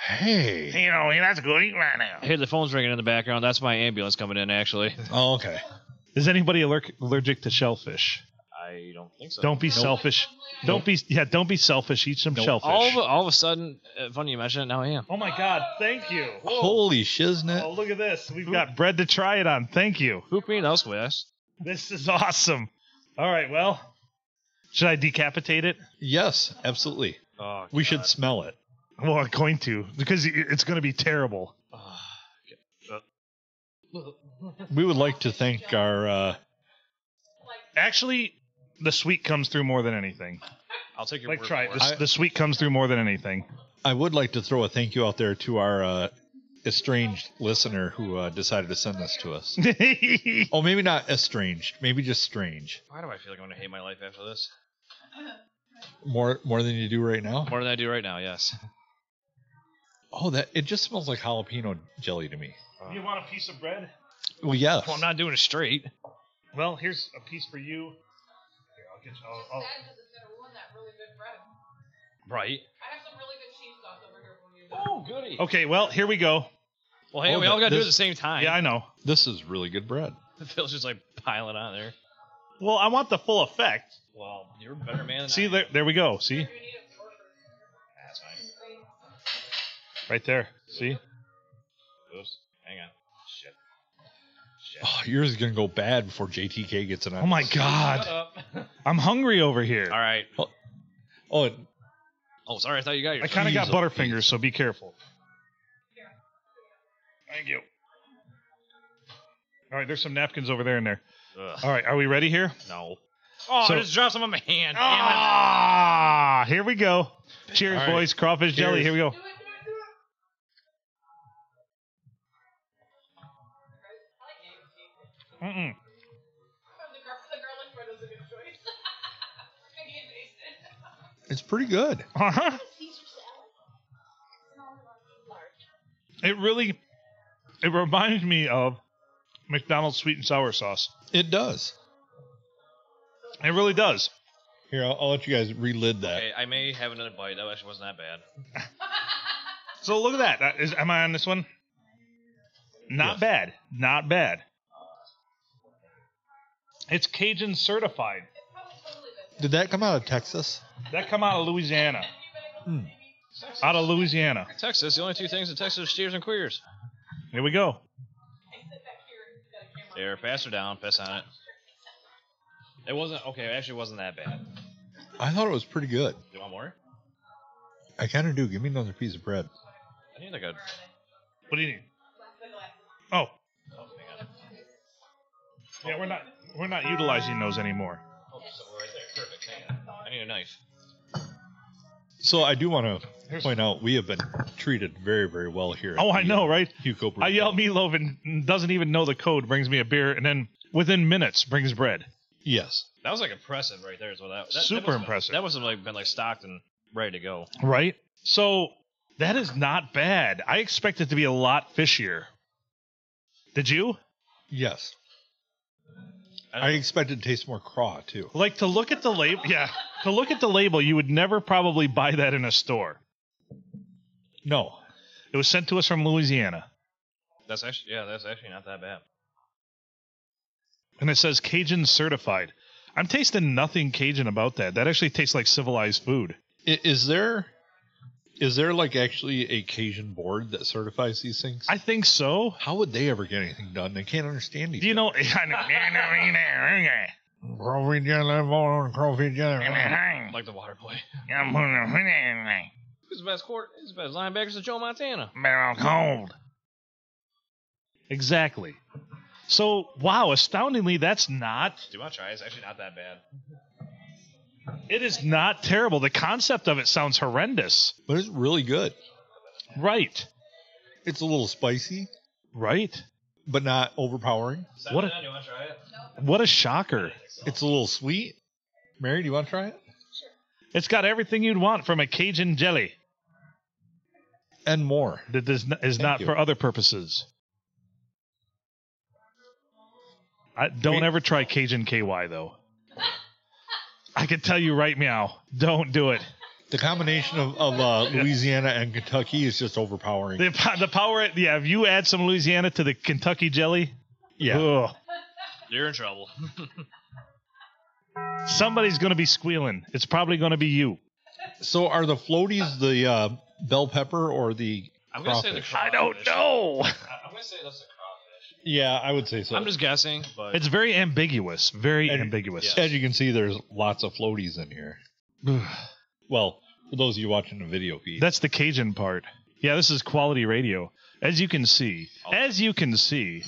G: hey.
E: You know, that's good eat right now.
F: hey, the phone's ringing in the background. That's my ambulance coming in. Actually,
G: Oh, okay.
E: Is anybody allergic allergic to shellfish?
F: [LAUGHS] I don't think so.
E: Don't be selfish. Don't be yeah. Don't be selfish. Eat some shellfish.
F: All of, a- all of a sudden, uh, funny you mention it. Now I am.
E: oh my God! Thank you.
G: Holy shiznit.
E: Oh, look at this. We've got bread to try it on. Thank you.
F: Hook me in elsewhere.
E: This is awesome. All right, well, should I decapitate it?
G: Yes, absolutely.
F: Oh,
G: We should smell it.
E: Well, I'm going to because it- it's going to be terrible.
G: We would like to thank our. Uh,
E: Actually, the sweet comes through more than anything.
F: I'll take your
E: Like,
F: word
E: try
F: for
E: it.
F: it.
E: The,
G: I-
E: the sweet comes through more than anything. [LAUGHS]
G: I would like to throw a thank you out there to our uh, estranged listener who uh, decided to send this
E: [LAUGHS]
G: to
F: Uh.
G: us. Oh, maybe not estranged. Maybe just strange.
F: Why do I feel like I'm gonna hate my life after this?
G: More more than you do right now.
F: More than I do right now. Yes.
G: Oh, that it just smells like jalapeno jelly to me.
E: you want a piece of bread?
G: Well, yes.
F: [LAUGHS] Well, I'm not doing it straight.
E: Well, here's a piece for you. Here, I'll get you. I'll- I'll-
F: Right. Oh, goody.
E: Okay, well, here we go.
F: Well, hey,
G: Oh,
F: we all
G: the-
F: gotta do it at
G: this-
F: the same time.
E: Yeah, I know.
G: This is really good bread.
F: [LAUGHS] The Phil's just like piling on there.
E: Well, I want the full effect.
F: Well, you're a better man. Than
E: See,
F: I
E: there, there we go. See?
F: That's fine.
E: Right there. See?
F: Oops. Hang on. Shit.
G: Oh, yours is gonna go bad before JTK gets it on.
E: Oh my
F: Shut
E: God.
F: up. [LAUGHS]
E: I'm hungry over here.
F: all right.
G: Oh, it-
F: Oh, sorry. I thought you got your.
E: I kind of got
G: Jeez, oh,
E: butterfingers, so be careful. Thank you. All right, there's some napkins over there and there.
F: Ugh,
E: All right, are we ready here?
F: no. Oh,
E: Uh, So-
F: I just dropped some on my hand. Damn it.
E: Ah, here we go. Cheers,
G: All right.
E: boys. Crawfish jelly. Here
G: Cheers.
E: we go. Mm-mm.
G: it's pretty good.
E: Uh-huh. It really, it reminds me of McDonald's sweet and sour sauce.
G: It does.
E: It really does.
G: Here, I'll, I'll let you guys relid that.
F: Okay, I may have another bite. That actually wasn't that bad.
E: So look at that. that. Is, am I on this one? Not bad. Not bad. It's Cajun certified.
G: Did that come out of Texas?
E: That come out of Louisiana.
G: Hmm.
E: Out of Louisiana.
F: Texas, the only two things in Texas are steers and queers.
E: Here we go.
F: There, pass her down, piss on it. It wasn't okay. It actually wasn't that bad.
G: I thought it was pretty good.
F: You want more?
G: I kind of do. Give me another piece of bread.
F: I need like a.
E: What do you need? Oh,
F: Oh, hang on.
E: yeah, we're not we're not utilizing those anymore.
F: Oh, so we're right there. Perfect. Hang on. I need a knife.
G: So I do want to
E: Here's-
G: point out we have been treated very, very well here. at
E: Oh, I
G: the,
E: know,
G: uh,
E: right?
G: Hugo. Brew
E: I yell
G: Pub.
E: meatloaf and doesn't even know the code. Brings me a beer, and then within minutes brings bread.
G: Yes.
F: That was like impressive right there as well. That, that,
E: Super
F: that must've-
E: impressive.
F: That must have like been like stocked and ready to go.
E: Right? So that is not bad. I expect it to be a lot fishier. Did you?
G: Yes. I expect it to taste more craw too.
E: Like to look at the label? Yeah. To look at the label, you would never probably buy that in a store.
G: No.
E: It was sent to us from Louisiana,
F: That's actually yeah. That's actually not that bad.
E: and it says Cajun certified. I'm tasting nothing Cajun about that. That actually tastes like civilized food.
G: I- Is there is there like actually a Cajun board that certifies these things?
E: I think so.
G: How would they ever get anything done? They can't understand each
E: Do you know? [LAUGHS]
G: other. Crawfish jelly, bone, crawfish jelly, bone.
F: Like the water boy. Who's the best court? Who's the best linebacker? Joe Montana.
E: Exactly. So, wow, astoundingly, that's not
F: Do you want to try? It's actually not that bad.
E: It is not terrible. The concept of it sounds horrendous.
G: But it's really good.
E: Right.
G: It's a little spicy,
E: Right.
G: but not overpowering.
F: Seven
E: What a-
F: nine, you want to try it?
E: What a shocker.
G: It's a little sweet. Mary, do you want to try it?
E: It's got everything you'd want from a Cajun jelly
G: And more.
E: that is, n- is not
G: you.
E: for other purposes. I, don't
G: Wait.
E: ever try Cajun KY, though. I can tell you right meow. Don't do it.
G: The combination of, of uh, Louisiana and Kentucky is just overpowering.
E: The, po- the power, yeah, if you add some Louisiana to the Kentucky jelly,
G: yeah.
E: ugh,
F: You're in trouble.
E: somebody's going to be squealing. It's probably going to be you.
G: So are the floaties the uh, bell pepper or the?
F: [LAUGHS] I'm gonna say the
G: Crawfish.
E: I
F: crawfish.
E: don't know.
F: I- I'm gonna say that's a crawfish.
G: Yeah, I would say so.
F: I'm just guessing, but
E: It's very ambiguous. Very
G: And-
E: ambiguous.
G: As you can see, there's lots of floaties in here. Well, for those of you watching the video feed,
E: That's the Cajun part. Yeah, this is quality radio. As you can see, as you can see,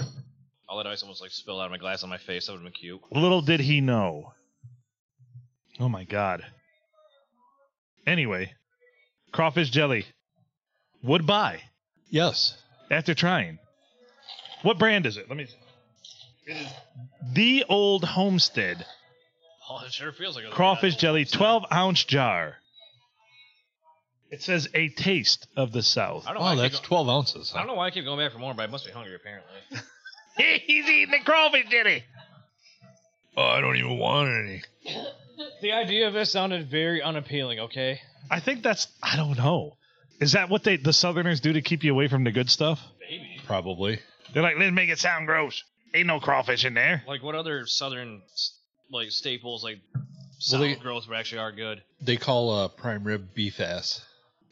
F: all that ice almost like spilled out of my glass on my face. That would have been cute.
E: little did he know. Oh my God. Anyway, crawfish jelly. Would buy
G: yes,
E: after trying. What brand is it? Let me. It is the Old Homestead
F: Oh, it sure feels like a
E: crawfish
F: Yeah.
E: jelly 12 ounce jar. It says a taste of the South.
F: I don't know.
G: oh,
F: why I keep
G: that's
F: go-
G: 12 ounces.
F: I don't know why I keep going back for more, but I must be hungry apparently.
E: [LAUGHS] He's eating the crawfish jelly.
G: Oh, I don't even want any.
F: [LAUGHS] the idea of this sounded very unappealing. Okay,
E: I think that's I don't know. Is that what they the Southerners do to keep you away from the good stuff?
F: maybe.
G: Probably.
E: They're like, let's make it sound gross. Ain't no crawfish in there.
F: Like what other southern s- like staples like
G: Well,
F: South
G: they-
F: growth but actually are good?
G: They call uh, prime rib beef ass.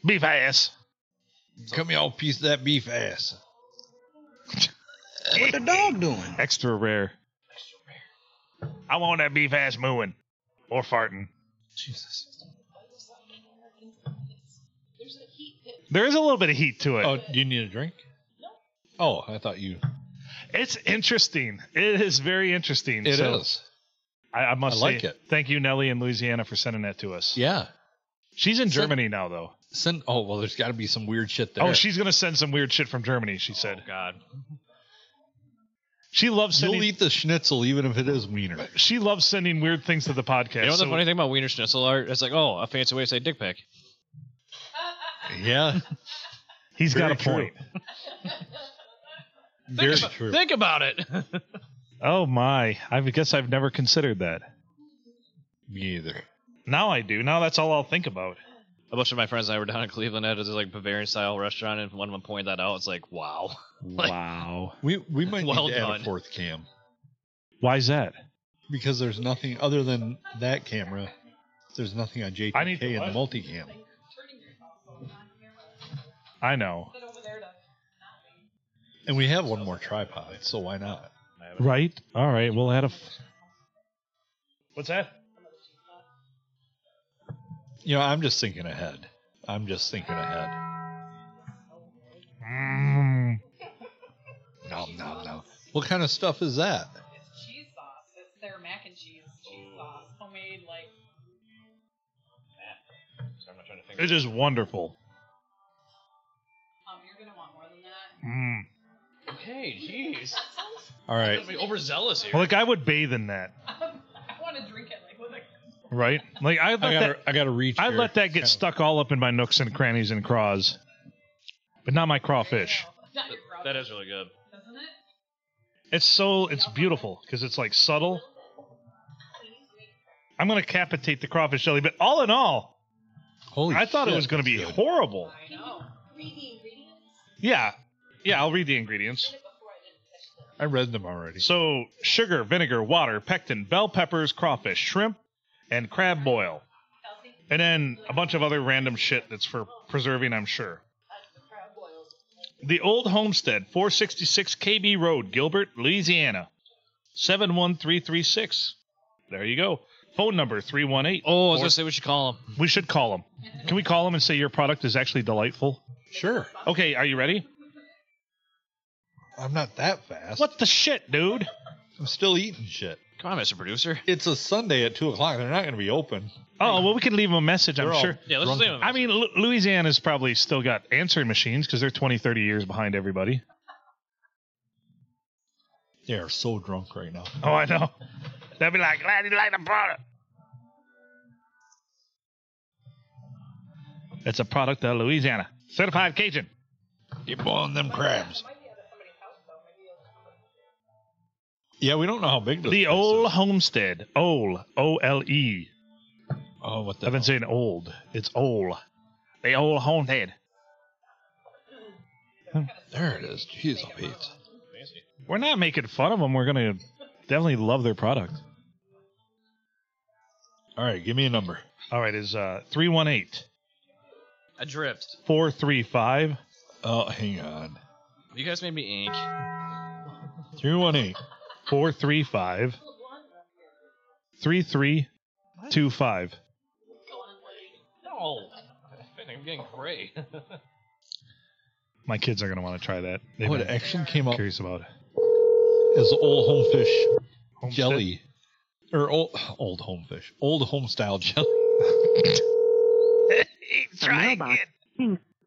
E: Beef ass.
G: Come here, I'll piece that beef ass.
E: What the dog doing? Extra rare. I want that beef ass mooing or farting.
G: Jesus.
E: There is a little bit of heat to it.
G: Oh, do you need a drink? Oh, I thought you.
E: It's interesting. It is very interesting.
G: It is.
E: So I, I must
G: I like
E: say,
G: it.
E: Thank you, Nellie in Louisiana, for sending that to us.
G: Yeah.
E: She's in
G: So-
E: Germany now, though.
G: Send. Oh well, there's got to be some weird shit there.
E: Oh, she's gonna send some weird shit from Germany. She said
F: God,
E: she loves
G: You'll
E: sending.
G: eat the schnitzel even if it is wiener.
E: she loves sending weird things to the podcast.
F: you know
E: so-
F: the funny thing about Wiener Schnitzel art? It's like oh, a fancy way to say dick pic.
G: Yeah.
E: He's
G: Very
E: got a
G: true.
E: point.
G: [LAUGHS] Very true.
F: Think about it. [LAUGHS]
E: Oh my! I guess I've never considered that.
G: Me either.
E: Now I do. Now that's all I'll think about.
F: a bunch of my friends and I were down in Cleveland at this like Bavarian style restaurant, and one of them pointed that out. It's like, wow. Like-
E: wow.
G: We we might
F: Well
G: need to add
F: done.
G: a fourth cam
E: Why's that?
G: because there's nothing other than that camera. There's nothing on JTK
E: I need to
G: and
E: what?
G: the multicam.
E: I know.
G: And we have one more tripod, so why not?
E: Right? All right. We'll add a. F-
J: What's that?
G: You know, I'm just thinking ahead. I'm just thinking ahead.
E: Mm.
G: No, no, no. What kind of stuff is that?
I: It's cheese sauce. It's their mac and cheese cheese sauce, homemade like
E: It is wonderful.
I: um. You're gonna want more than that.
E: Mm.
F: Okay, jeez.
G: All right.
F: Gotta be overzealous here.
E: Well, like I would bathe in that,
I: [LAUGHS] Um, I want to drink it like with a.
E: right? Like I let
G: I
E: that
G: gotta, I gotta reach.
E: I
G: here.
E: let that get
G: Kinda-
E: stuck all up in my nooks and crannies and craws, but not my crawfish.
I: Not your problem,
F: That is really good.
I: isn't it?
E: It's so it's beautiful because it's like subtle. I'm gonna capitate the crawfish jelly, but all in all,
G: Holy
E: I thought it
G: shit,
E: was gonna
G: that's
E: be
G: good.
E: horrible.
I: I know.
E: Yeah, yeah. I'll read the ingredients.
G: I read them already.
E: So sugar, vinegar, water, pectin, bell peppers, crawfish, shrimp, and crab boil. And then a bunch of other random shit that's for preserving, I'm sure. The Old Homestead, 466 KB Road, Gilbert, Louisiana. 71336. There you go. Phone number 318.
F: Oh, I was gonna say we should call him.
E: We should call them. Can we call them and say your product is actually delightful?
G: Sure.
E: Okay, are you ready?
G: I'm not that fast.
E: What the shit, dude?
G: I'm still eating shit.
F: Come on, Mr. Producer.
G: It's a Sunday at two o'clock. They're not going to be open.
E: Oh, well, we can leave them a message,
G: They're
E: I'm
G: all
E: sure.
F: Yeah, let's
G: drunk.
F: leave him.
E: I mean, Lu- Louisiana's probably still got answering machines because they're 20, 30 years behind everybody.
G: They are so drunk right now.
E: Oh, I know. They'll be like, glad you like the product. It's a product of Louisiana. Certified Cajun.
G: Keep boiling them crabs. Yeah, we don't know how big this
E: The
G: place
E: Old
G: Is.
E: Homestead. Ole. O L E.
G: Oh, what the?
E: I've been saying old. It's old. The Old Homestead.
G: There it is. Jeez, I'll be-
E: We're not making fun of them. We're going to definitely love their product.
G: All right, give me a number.
E: All right, is uh 318
F: I dripped.
E: 435
G: Oh, hang on.
F: You guys made me ink.
G: Three one eight.
E: 435 3325.
F: No. I'm getting gray. [LAUGHS]
E: My kids are going to want to try that. They've
G: What
E: been
G: actually Oh, came up
E: curious about it.
G: is old homefish
E: Homestead?
G: jelly, or old old homefish, old home style jelly. [LAUGHS]
H: Mailbox.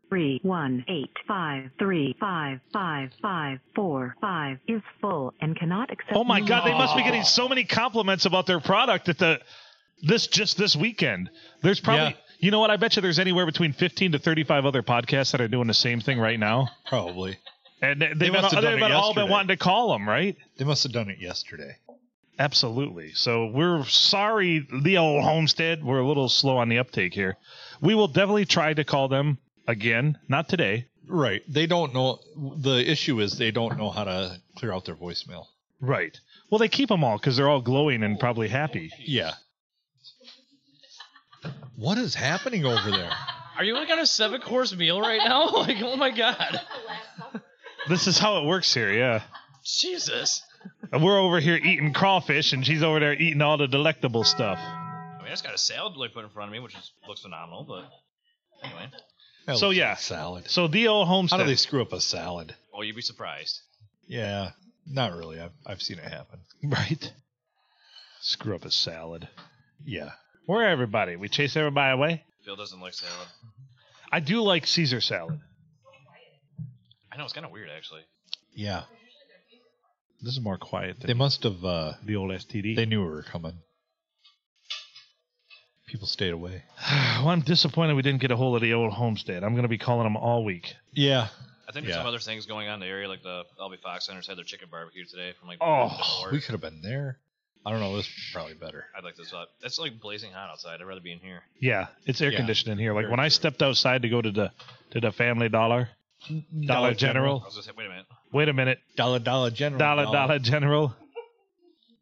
H: Three one eight five three five five five four five is full and cannot accept.
E: Oh my god, they must be getting so many compliments about their product at the this just this weekend. There's probably You know what? I bet you there's anywhere between 15 to 35 other podcasts that are doing the same thing right now.
G: Probably.
E: And they- they've, been,
G: must have done
E: they've
G: it
E: been all been
G: yesterday.
E: wanting to call them, right?
G: They must have done it yesterday.
E: Absolutely. So we're sorry, Leo Homestead. We're a little slow on the uptake here. We will definitely try to call them again, not today.
G: Right. They don't know. The issue is they don't know how to clear out their voicemail.
E: Right. Well, they keep them all because they're all glowing and probably happy.
G: Yeah. What is happening over [LAUGHS] there?
F: Are you like on a seven course meal right now? [LAUGHS] Like, oh my god.
E: This is how it works here, yeah.
F: Jesus.
E: And we're over here eating crawfish, and she's over there eating all the delectable stuff.
F: I mean, I just got a salad like put in front of me, which is, looks phenomenal. But anyway,
G: That
E: So,
G: looks
E: yeah.
G: like salad.
E: So the old
G: How
E: homestead.
G: do they screw up a salad?
F: oh, you'd be surprised.
G: Yeah, not really. I've I've seen it happen.
E: right. Screw up a salad.
G: Yeah.
E: We're everybody. We chase everybody away.
F: Phil doesn't like salad.
E: I do like Caesar salad.
F: I know it's kind of weird actually.
G: Yeah.
E: This is more quiet
G: They
E: than
G: must have. Uh,
E: the old STD.
G: they knew we were coming. People stayed away.
E: [SIGHS] well, I'm disappointed we didn't get a hold of the old homestead. I'm going to be calling them all week.
G: Yeah.
F: I think there's
G: Yeah.
F: some other things going on in the area, like the LB Fox Centers had their chicken barbecue today from like.
E: Oh,
F: the four.
G: We could have been there. I don't know. This is probably better.
F: I'd like this up. That's like blazing hot outside. I'd rather be in here.
E: Yeah, it's air
G: Yeah.
E: conditioned in here. Like when I stepped outside to go to the to the Family Dollar, Dollar General.
F: I was gonna say, wait a minute.
E: Wait a minute,
G: Dollar Dollar General.
E: Dollar
G: no.
E: Dollar General.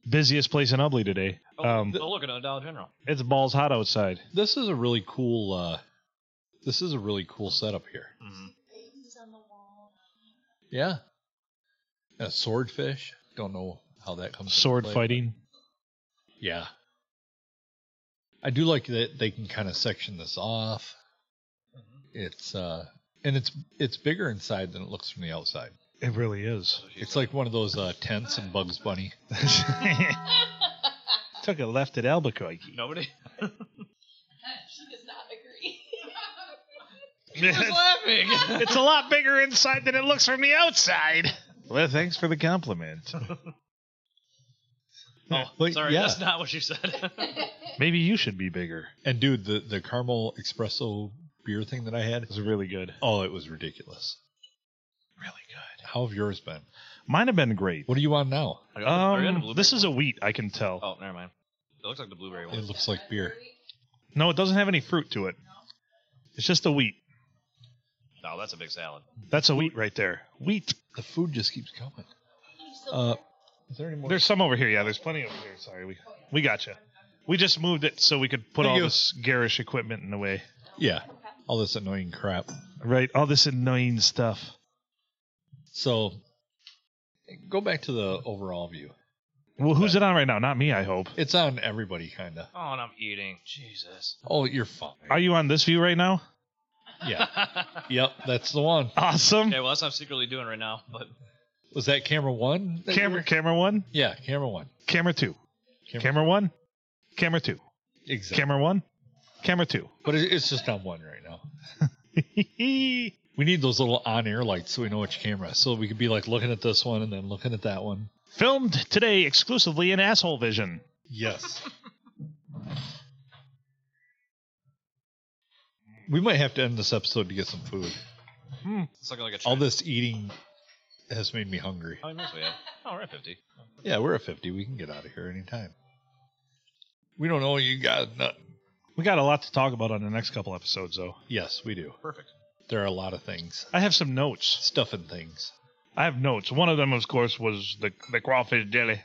E: Busiest place in Ubley today.
F: Oh,
E: Um,
F: oh, look at a
E: [LAUGHS]
F: Dollar General.
E: it's balls hot outside.
G: This is a really cool. uh This is a really cool setup here.
F: Mhm.
G: Yeah. And a swordfish. Don't know how that comes. into
E: Sword
G: play, but-
E: fighting.
G: Yeah. I do like that they can kind of section this off.
E: Mm-hmm.
G: It's uh and it's it's bigger inside than it looks from the outside.
E: It really is.
G: It's like one of those uh tents in Bugs Bunny.
E: Took a left at Albuquerque. [LAUGHS]
F: Nobody.
I: she does not agree.
F: Who's laughing?
E: it's a lot bigger inside than it looks from the outside. [LAUGHS] Well, thanks for the
G: [LAUGHS]
E: compliment.
F: oh,
G: Wait,
F: sorry,
G: yeah.
F: that's not what
E: [LAUGHS]
F: you said.
E: Maybe you should be bigger.
G: And dude, the the caramel espresso beer thing that I had,
E: It's really good.
G: oh, it was ridiculous.
E: Really good.
G: How have yours been?
E: Mine have been great.
G: What are you on now?
F: I got the- I got the
E: Um,
F: blueberry
E: this is
F: one.
E: a wheat, I can tell.
F: Oh, never mind. It looks like the blueberry
G: It
F: one.
G: looks like beer.
E: No, it doesn't have any fruit to it. It's just a wheat.
F: No, Oh, that's a big salad.
E: That's a wheat right there. Wheat.
G: The food just keeps coming. Uh is there any more?
E: There's some over here. Yeah, there's plenty over here. Sorry, we we got you. We just moved it so we could put
G: Thank
E: all
G: you.
E: this garish equipment in the way.
G: yeah. All this annoying crap.
E: Right, all this annoying stuff.
G: So go back to the overall view.
E: Well, who's it on right now? Not me, I hope.
G: It's on everybody, kind of.
F: Oh, and I'm eating. Jesus. [LAUGHS]
G: Oh, you're fine.
E: Are you on this view right now?
G: Yeah.
F: okay,
G: yep, that's the one.
E: Awesome.
F: well, that's what I'm secretly doing right now. But
G: Was that camera one? that you
E: Camera,
G: were-
E: camera one,
G: Yeah, camera one.
E: camera two,
G: Camera-
E: camera one, camera two,
G: Exactly.
E: camera one, camera two. [LAUGHS]
G: But it, it's just on one right now. We need those little on-air lights so we know which camera, so we could be like looking at this one and then looking at that one.
E: Filmed today exclusively in Asshole Vision.
G: Yes. we might have to end this episode to get some food.
F: it's looking like a.
G: All
F: trend.
G: this eating has made me hungry.
F: How many minutes we have? Oh, we're at 50.
G: Yeah, we're at 50. We can get out of here anytime. We don't know you got nothing.
E: We got a lot to talk about on the next couple episodes, though.
G: Yes, we do.
F: Perfect.
G: There are a lot of things.
E: I have some notes.
G: Stuff and things.
E: I have notes. One of them, of course, was the the crawfish jelly.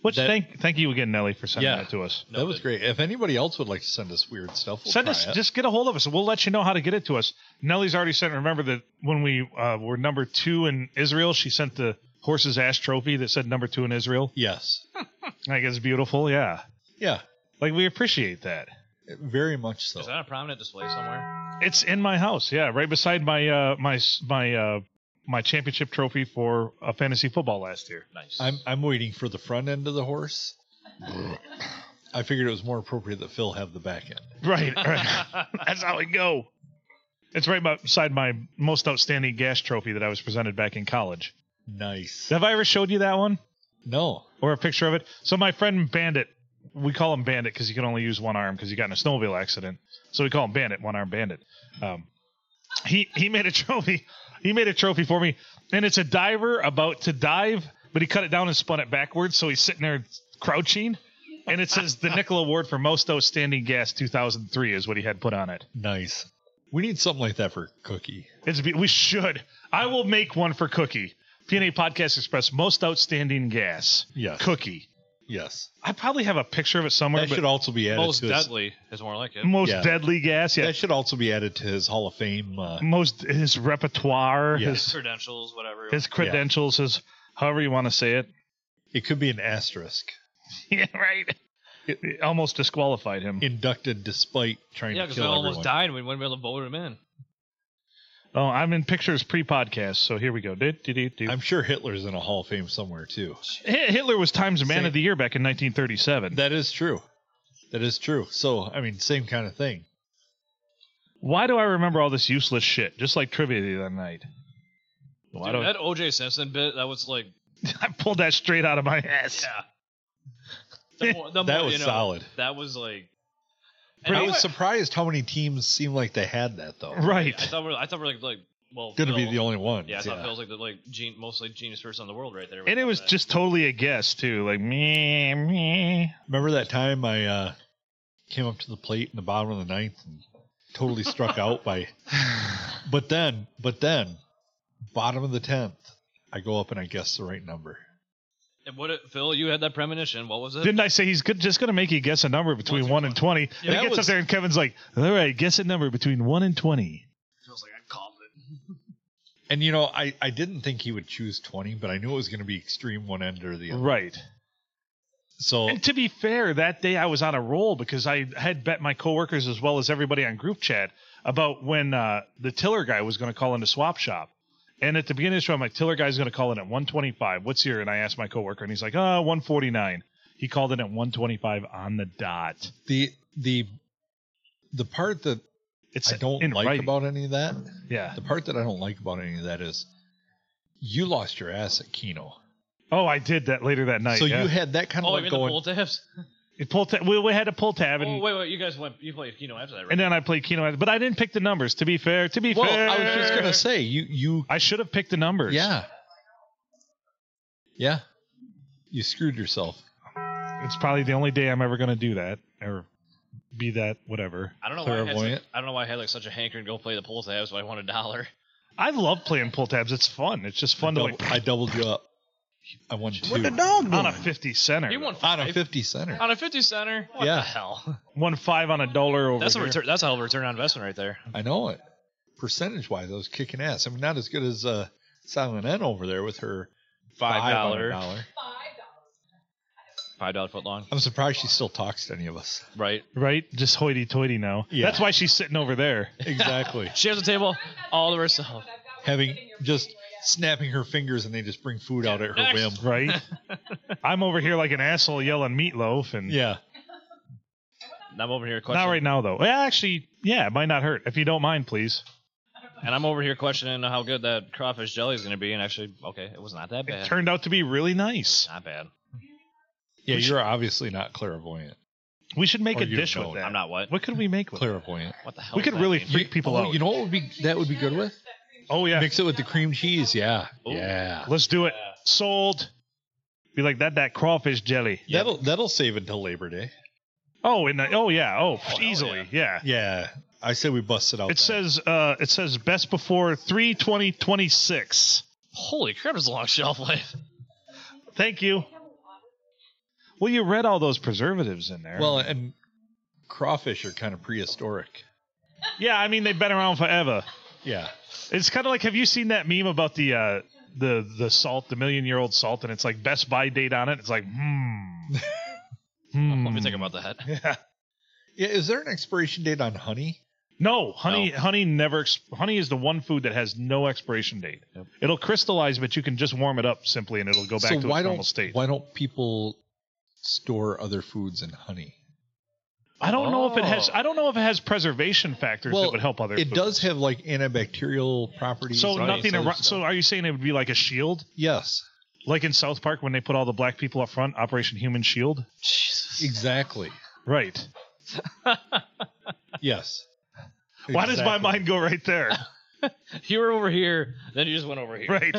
E: Which
G: That-
E: thank thank you again, Nelly, for sending
G: Yeah.
E: that to us.
G: that was great. If anybody else would like to send us weird stuff, we'll
E: Send
G: try
E: us
G: it.
E: just get a hold of us. We'll let you know how to get it to us. Nelly's already sent. Remember that when we uh, were number two in Israel, she sent the horse's ass trophy that said number two in Israel.
G: Yes.
E: Like it's beautiful. Yeah,
G: Yeah.
E: like we appreciate that.
G: Very much so.
F: Is that a prominent display somewhere?
E: It's in my house. Yeah, right beside my uh, my s- my uh, my championship trophy for uh, fantasy football last
G: [LAUGHS]
E: year.
F: Nice.
G: I'm I'm waiting for the front end of the horse. I figured it was more appropriate that Phil have the back end.
E: Right, [LAUGHS] right. That's how we go. It's right beside my most outstanding gas trophy that I was presented back in college.
G: Nice.
E: Have I ever showed you that one
G: No.
E: or a picture of it? So my friend Bandit, we call him Bandit because he can only use one arm because he got in a snowmobile accident. So we call him Bandit, one arm Bandit. Um, he he made a [LAUGHS] trophy. He made a trophy for me, and it's a diver about to dive, but he cut it down and spun it backwards. So he's sitting there crouching, and it says the Nickel Award for most outstanding gas 2003 is what he had put on it.
G: Nice. We need something like that for Cookie.
E: It's be- we should. I will make one for Cookie. PNA Podcast Express most outstanding gas.
G: Yes.
E: Cookie.
G: Yes.
E: I probably have a picture of it somewhere,
G: That
E: but
G: should also be added
F: Most
G: to his,
F: deadly is more like it.
E: most
G: yeah.
E: deadly gas. Yeah.
G: That should also be added to his Hall of Fame uh,
E: most his repertoire,
G: Yeah.
E: his
F: Credentials, whatever.
E: his credentials, his however you want to say it. [LAUGHS]
G: It could be an asterisk.
E: yeah, right. It, it almost disqualified him.
G: Inducted despite trying
F: yeah,
G: to
F: because we
G: kill everyone.
F: almost died. We wouldn't be able to vote him in.
E: oh, I'm in pictures pre-podcast, so here we go. Do, do, do, do.
G: I'm sure Hitler's in a Hall of Fame somewhere too.
E: Hi- Hitler was Time's Man
G: Same.
E: of the Year back in 1937.
G: That is true. That is true. So I mean, same kind of thing.
E: Why do I remember all this useless shit? Just like trivia the other night. Why do
F: Dude,
E: I-
F: that OJ Simpson bit, that was like,
E: [LAUGHS] I pulled that straight out of my ass.
F: yeah. The more, the
G: That
F: more,
G: was
F: you know,
G: solid.
F: That was like. and
G: I
F: I
G: was
F: went-
G: surprised how many teams seemed like they had that though.
E: Right.
F: I thought we we're, I thought we we're like, like Well,
G: Gonna be
F: Phil-
G: the only one.
F: Yeah, I thought
G: Yeah.
F: Phil's like the like gen- mostly genius person in the world right there.
E: And it was just totally a guess too, like me, me.
G: Remember that time I uh, came up to the plate in the bottom of the ninth and
F: [LAUGHS]
G: totally struck
F: [SIGHS]
G: out by. But then, but then, bottom of the tenth, I go up and I guess the right number.
F: And what it, Phil? You had that premonition. What was it?
E: Didn't I say he's good, just going to make you guess a number between one and twenty? and he
F: that
E: gets up
F: was-
E: there and Kevin's like, "All right, guess a number between one and 20.
F: Feels like I called it.
G: And you know, I I didn't think he would choose twenty, but I knew it was going to be extreme one end or the other.
E: Right.
G: So
E: And to be fair, that day I was on a roll because I had bet my coworkers as well as everybody on group chat about when uh, the tiller guy was going to call into swap shop. And at the beginning of the show, I'm like, tiller guy's going to call in at 125. What's here? And I asked my coworker, and he's like, oh, 149. He called in at 125 on the dot.
G: the the the part that
E: It's
G: I don't
E: in
G: like
E: writing.
G: about any of that,
E: Yeah.
G: the part that I don't like about any of that is you lost your ass at Keno.
E: Oh, I did that later that night.
G: So
E: yeah.
G: you had that kind of
F: Oh,
G: like
F: even the
G: going.
F: pull tabs.
E: It pull ta- we, we had a pull tab,
F: Oh,
E: and,
F: wait, wait. You guys went. You played Keno after that, right?
E: and then I played Keno. But I didn't pick the numbers, to be fair. To be
G: well,
E: fair.
G: I was just gonna say you you
E: I should have picked the numbers.
G: yeah yeah you screwed yourself.
E: It's probably the only day I'm ever going to do that or be that, whatever.
F: I don't know why I, had such,
G: Clairvoyant.
F: I don't know why I had like such a hankering to go play the pull tabs, but I won a dollar.
E: I love playing pull tabs. It's fun. It's just fun to
G: Double-
E: like
G: I doubled you up. I won two
E: on a 50 center.
F: He won
G: on a
F: five.
G: fifty center.
F: on a fifty center. What
G: Yeah.
F: the hell?
E: Won five on a dollar over
F: That's a
E: here.
F: return. That's a hell of a return on investment right there.
G: I know it. Percentage wise, I was kicking ass. I mean, not as good as uh, Silent N over there with her
F: Five
G: five on a
F: dollar,
G: dollar.
I: Five dollars.
F: five dollar foot long.
G: I'm surprised she still talks to any
E: [LAUGHS]
G: of us.
F: Right.
E: Right? Just hoity toity now.
G: Yeah.
E: That's why she's sitting over there.
G: Exactly.
F: She has a table all to herself.
G: Having just snapping her fingers and they just bring food out at her whim.
E: Right?
G: [LAUGHS]
E: I'm over here like an asshole yelling meatloaf. And
G: Yeah.
F: And I'm over here
E: not
F: questioning.
E: right now, though. Yeah, actually, yeah, it might not hurt. If you don't mind, please.
F: And I'm over here questioning how good that crawfish jelly is going to be. And actually, okay, it was not that
E: It
F: bad.
E: turned out to be really nice.
F: not bad.
G: Yeah, you're obviously not clairvoyant.
E: We should make
G: Or
E: a
G: Oh, you
E: dish
G: don't.
E: with that.
F: I'm not what?
E: What could we make with it?
G: Clairvoyant.
F: What the hell?
E: We
F: does
E: could
F: that
E: really
F: mean?
E: freak people
G: Oh,
E: out.
G: you know what would be that would be good with?
E: oh, yeah.
G: Mix it with the cream cheese. Yeah.
F: Ooh.
G: Yeah.
E: Let's do it. Sold. Be like that that crawfish jelly.
G: That'll that'll save until Labor Day.
E: Oh, and the, oh yeah. Oh, easily. Yeah.
G: Yeah. I say we bust it out.
E: It
G: then.
E: says uh it says best before 32026.
F: Holy crap! It's a long shelf life. [LAUGHS]
E: Thank you. Well, you read all those preservatives in there.
G: Well, and crawfish are kind of prehistoric.
E: yeah, I mean they've been around forever.
G: Yeah.
E: It's kind of like have you seen that meme about the uh the the salt, the million year old salt and it's like best by date on it. It's like [LAUGHS] hmm. hmm.
F: Let me think about that.
E: Yeah.
G: Yeah. Is there an expiration date on honey?
E: No, honey,
F: No.
E: honey never. Ex- honey is the one food that has no expiration date. It'll crystallize, but you can just warm it up simply, and it'll go back to its normal
G: don't
E: state.
G: why don't people store other foods in honey?
E: I don't know if it has.
F: Oh.
E: I don't know if it has preservation factors that would help other.
G: It
E: foods.
G: does have like antibacterial properties.
E: So
G: and
E: nothing.
G: other
E: Ar-
G: stuff.
E: so are you saying it would be like a shield,
G: yes,
E: like in South Park when they put all the black people up front, Operation Human Shield?
F: Jesus.
G: exactly.
E: Right.
G: Yes.
E: Why does my
G: Exactly.
E: mind go right there?
G: [LAUGHS]
F: [LAUGHS] You were over here, then you just went over here.
E: Right.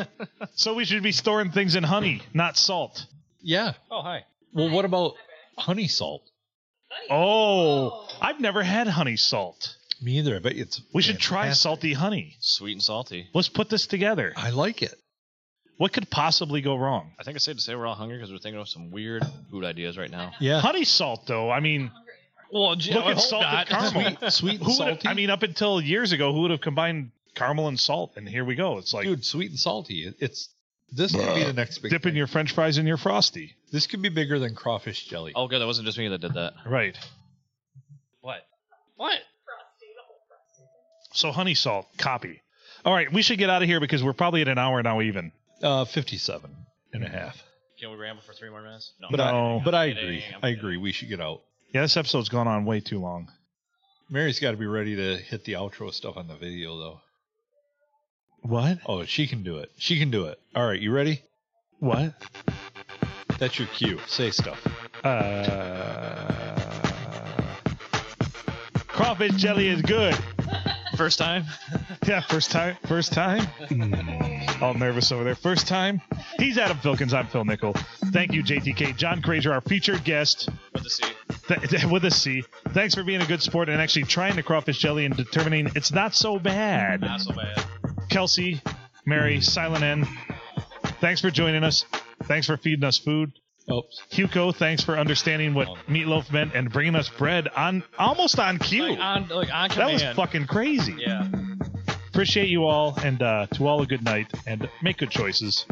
E: so we should be storing things in honey, not salt.
G: Yeah.
F: Oh hi.
G: Well, what about honey salt?
E: Oh, I've never had honey salt.
G: Me either. I bet it's.
E: We should try
G: fantastic.
E: salty honey.
F: Sweet and salty.
E: Let's put this together.
G: I like it.
E: What could possibly go wrong?
F: I think it's safe to say we're all hungry because we're thinking of some weird food ideas right now.
G: Yeah.
E: Honey salt, though. I mean,
F: Well, gee,
E: look
F: I
E: at
F: hope
E: salted
G: [LAUGHS]
F: not.
E: caramel.
G: Sweet and
E: who would?
G: salty.
E: I mean, up until years ago, who would have combined caramel and salt? And here we go. It's like
G: dude, sweet and salty. It, it's this could be the next big.
E: dipping
G: thing.
E: your French fries in your frosty.
G: This could be bigger than crawfish jelly.
F: Oh, good. That wasn't just me that did that.
E: Right.
F: What? What?
E: So honey salt. Copy. All right, we should get out of here because we're probably at an hour now. Even
G: Uh, 57 and a half.
F: Can we ramble for three more minutes? No.
G: But
E: No.
G: I but I
F: I'm kidding,
G: agree.
F: I'm
G: I
F: kidding.
G: agree. We should get out.
E: yeah, this episode's gone on way too long.
G: Mary's got to be ready to hit the outro stuff on the video, though.
E: What?
G: Oh, she can do it. She can do it. All right, you ready?
E: What?
G: That's your cue. Say stuff.
E: Uh, crawfish jelly is good.
F: First time.
E: Yeah, first time. First time. Mm. All nervous over there. First time. He's Adam Filkins. I'm Phil Nickel. Thank you, JTK. John Crager, our featured guest.
F: With a C.
E: Th- with a C. Thanks for being a good sport and actually trying the crawfish jelly and determining it's not so bad.
F: Not so bad.
E: Kelsey, Mary, Silent N. Thanks for joining us. Thanks for feeding us food.
G: Oops.
E: Hugo, thanks for understanding what meatloaf meant and bringing us bread on almost on cue.
F: Like on, like on
E: that was
F: command.
E: fucking crazy.
F: Yeah.
E: Appreciate you all, and uh, to all a good night, and make good choices.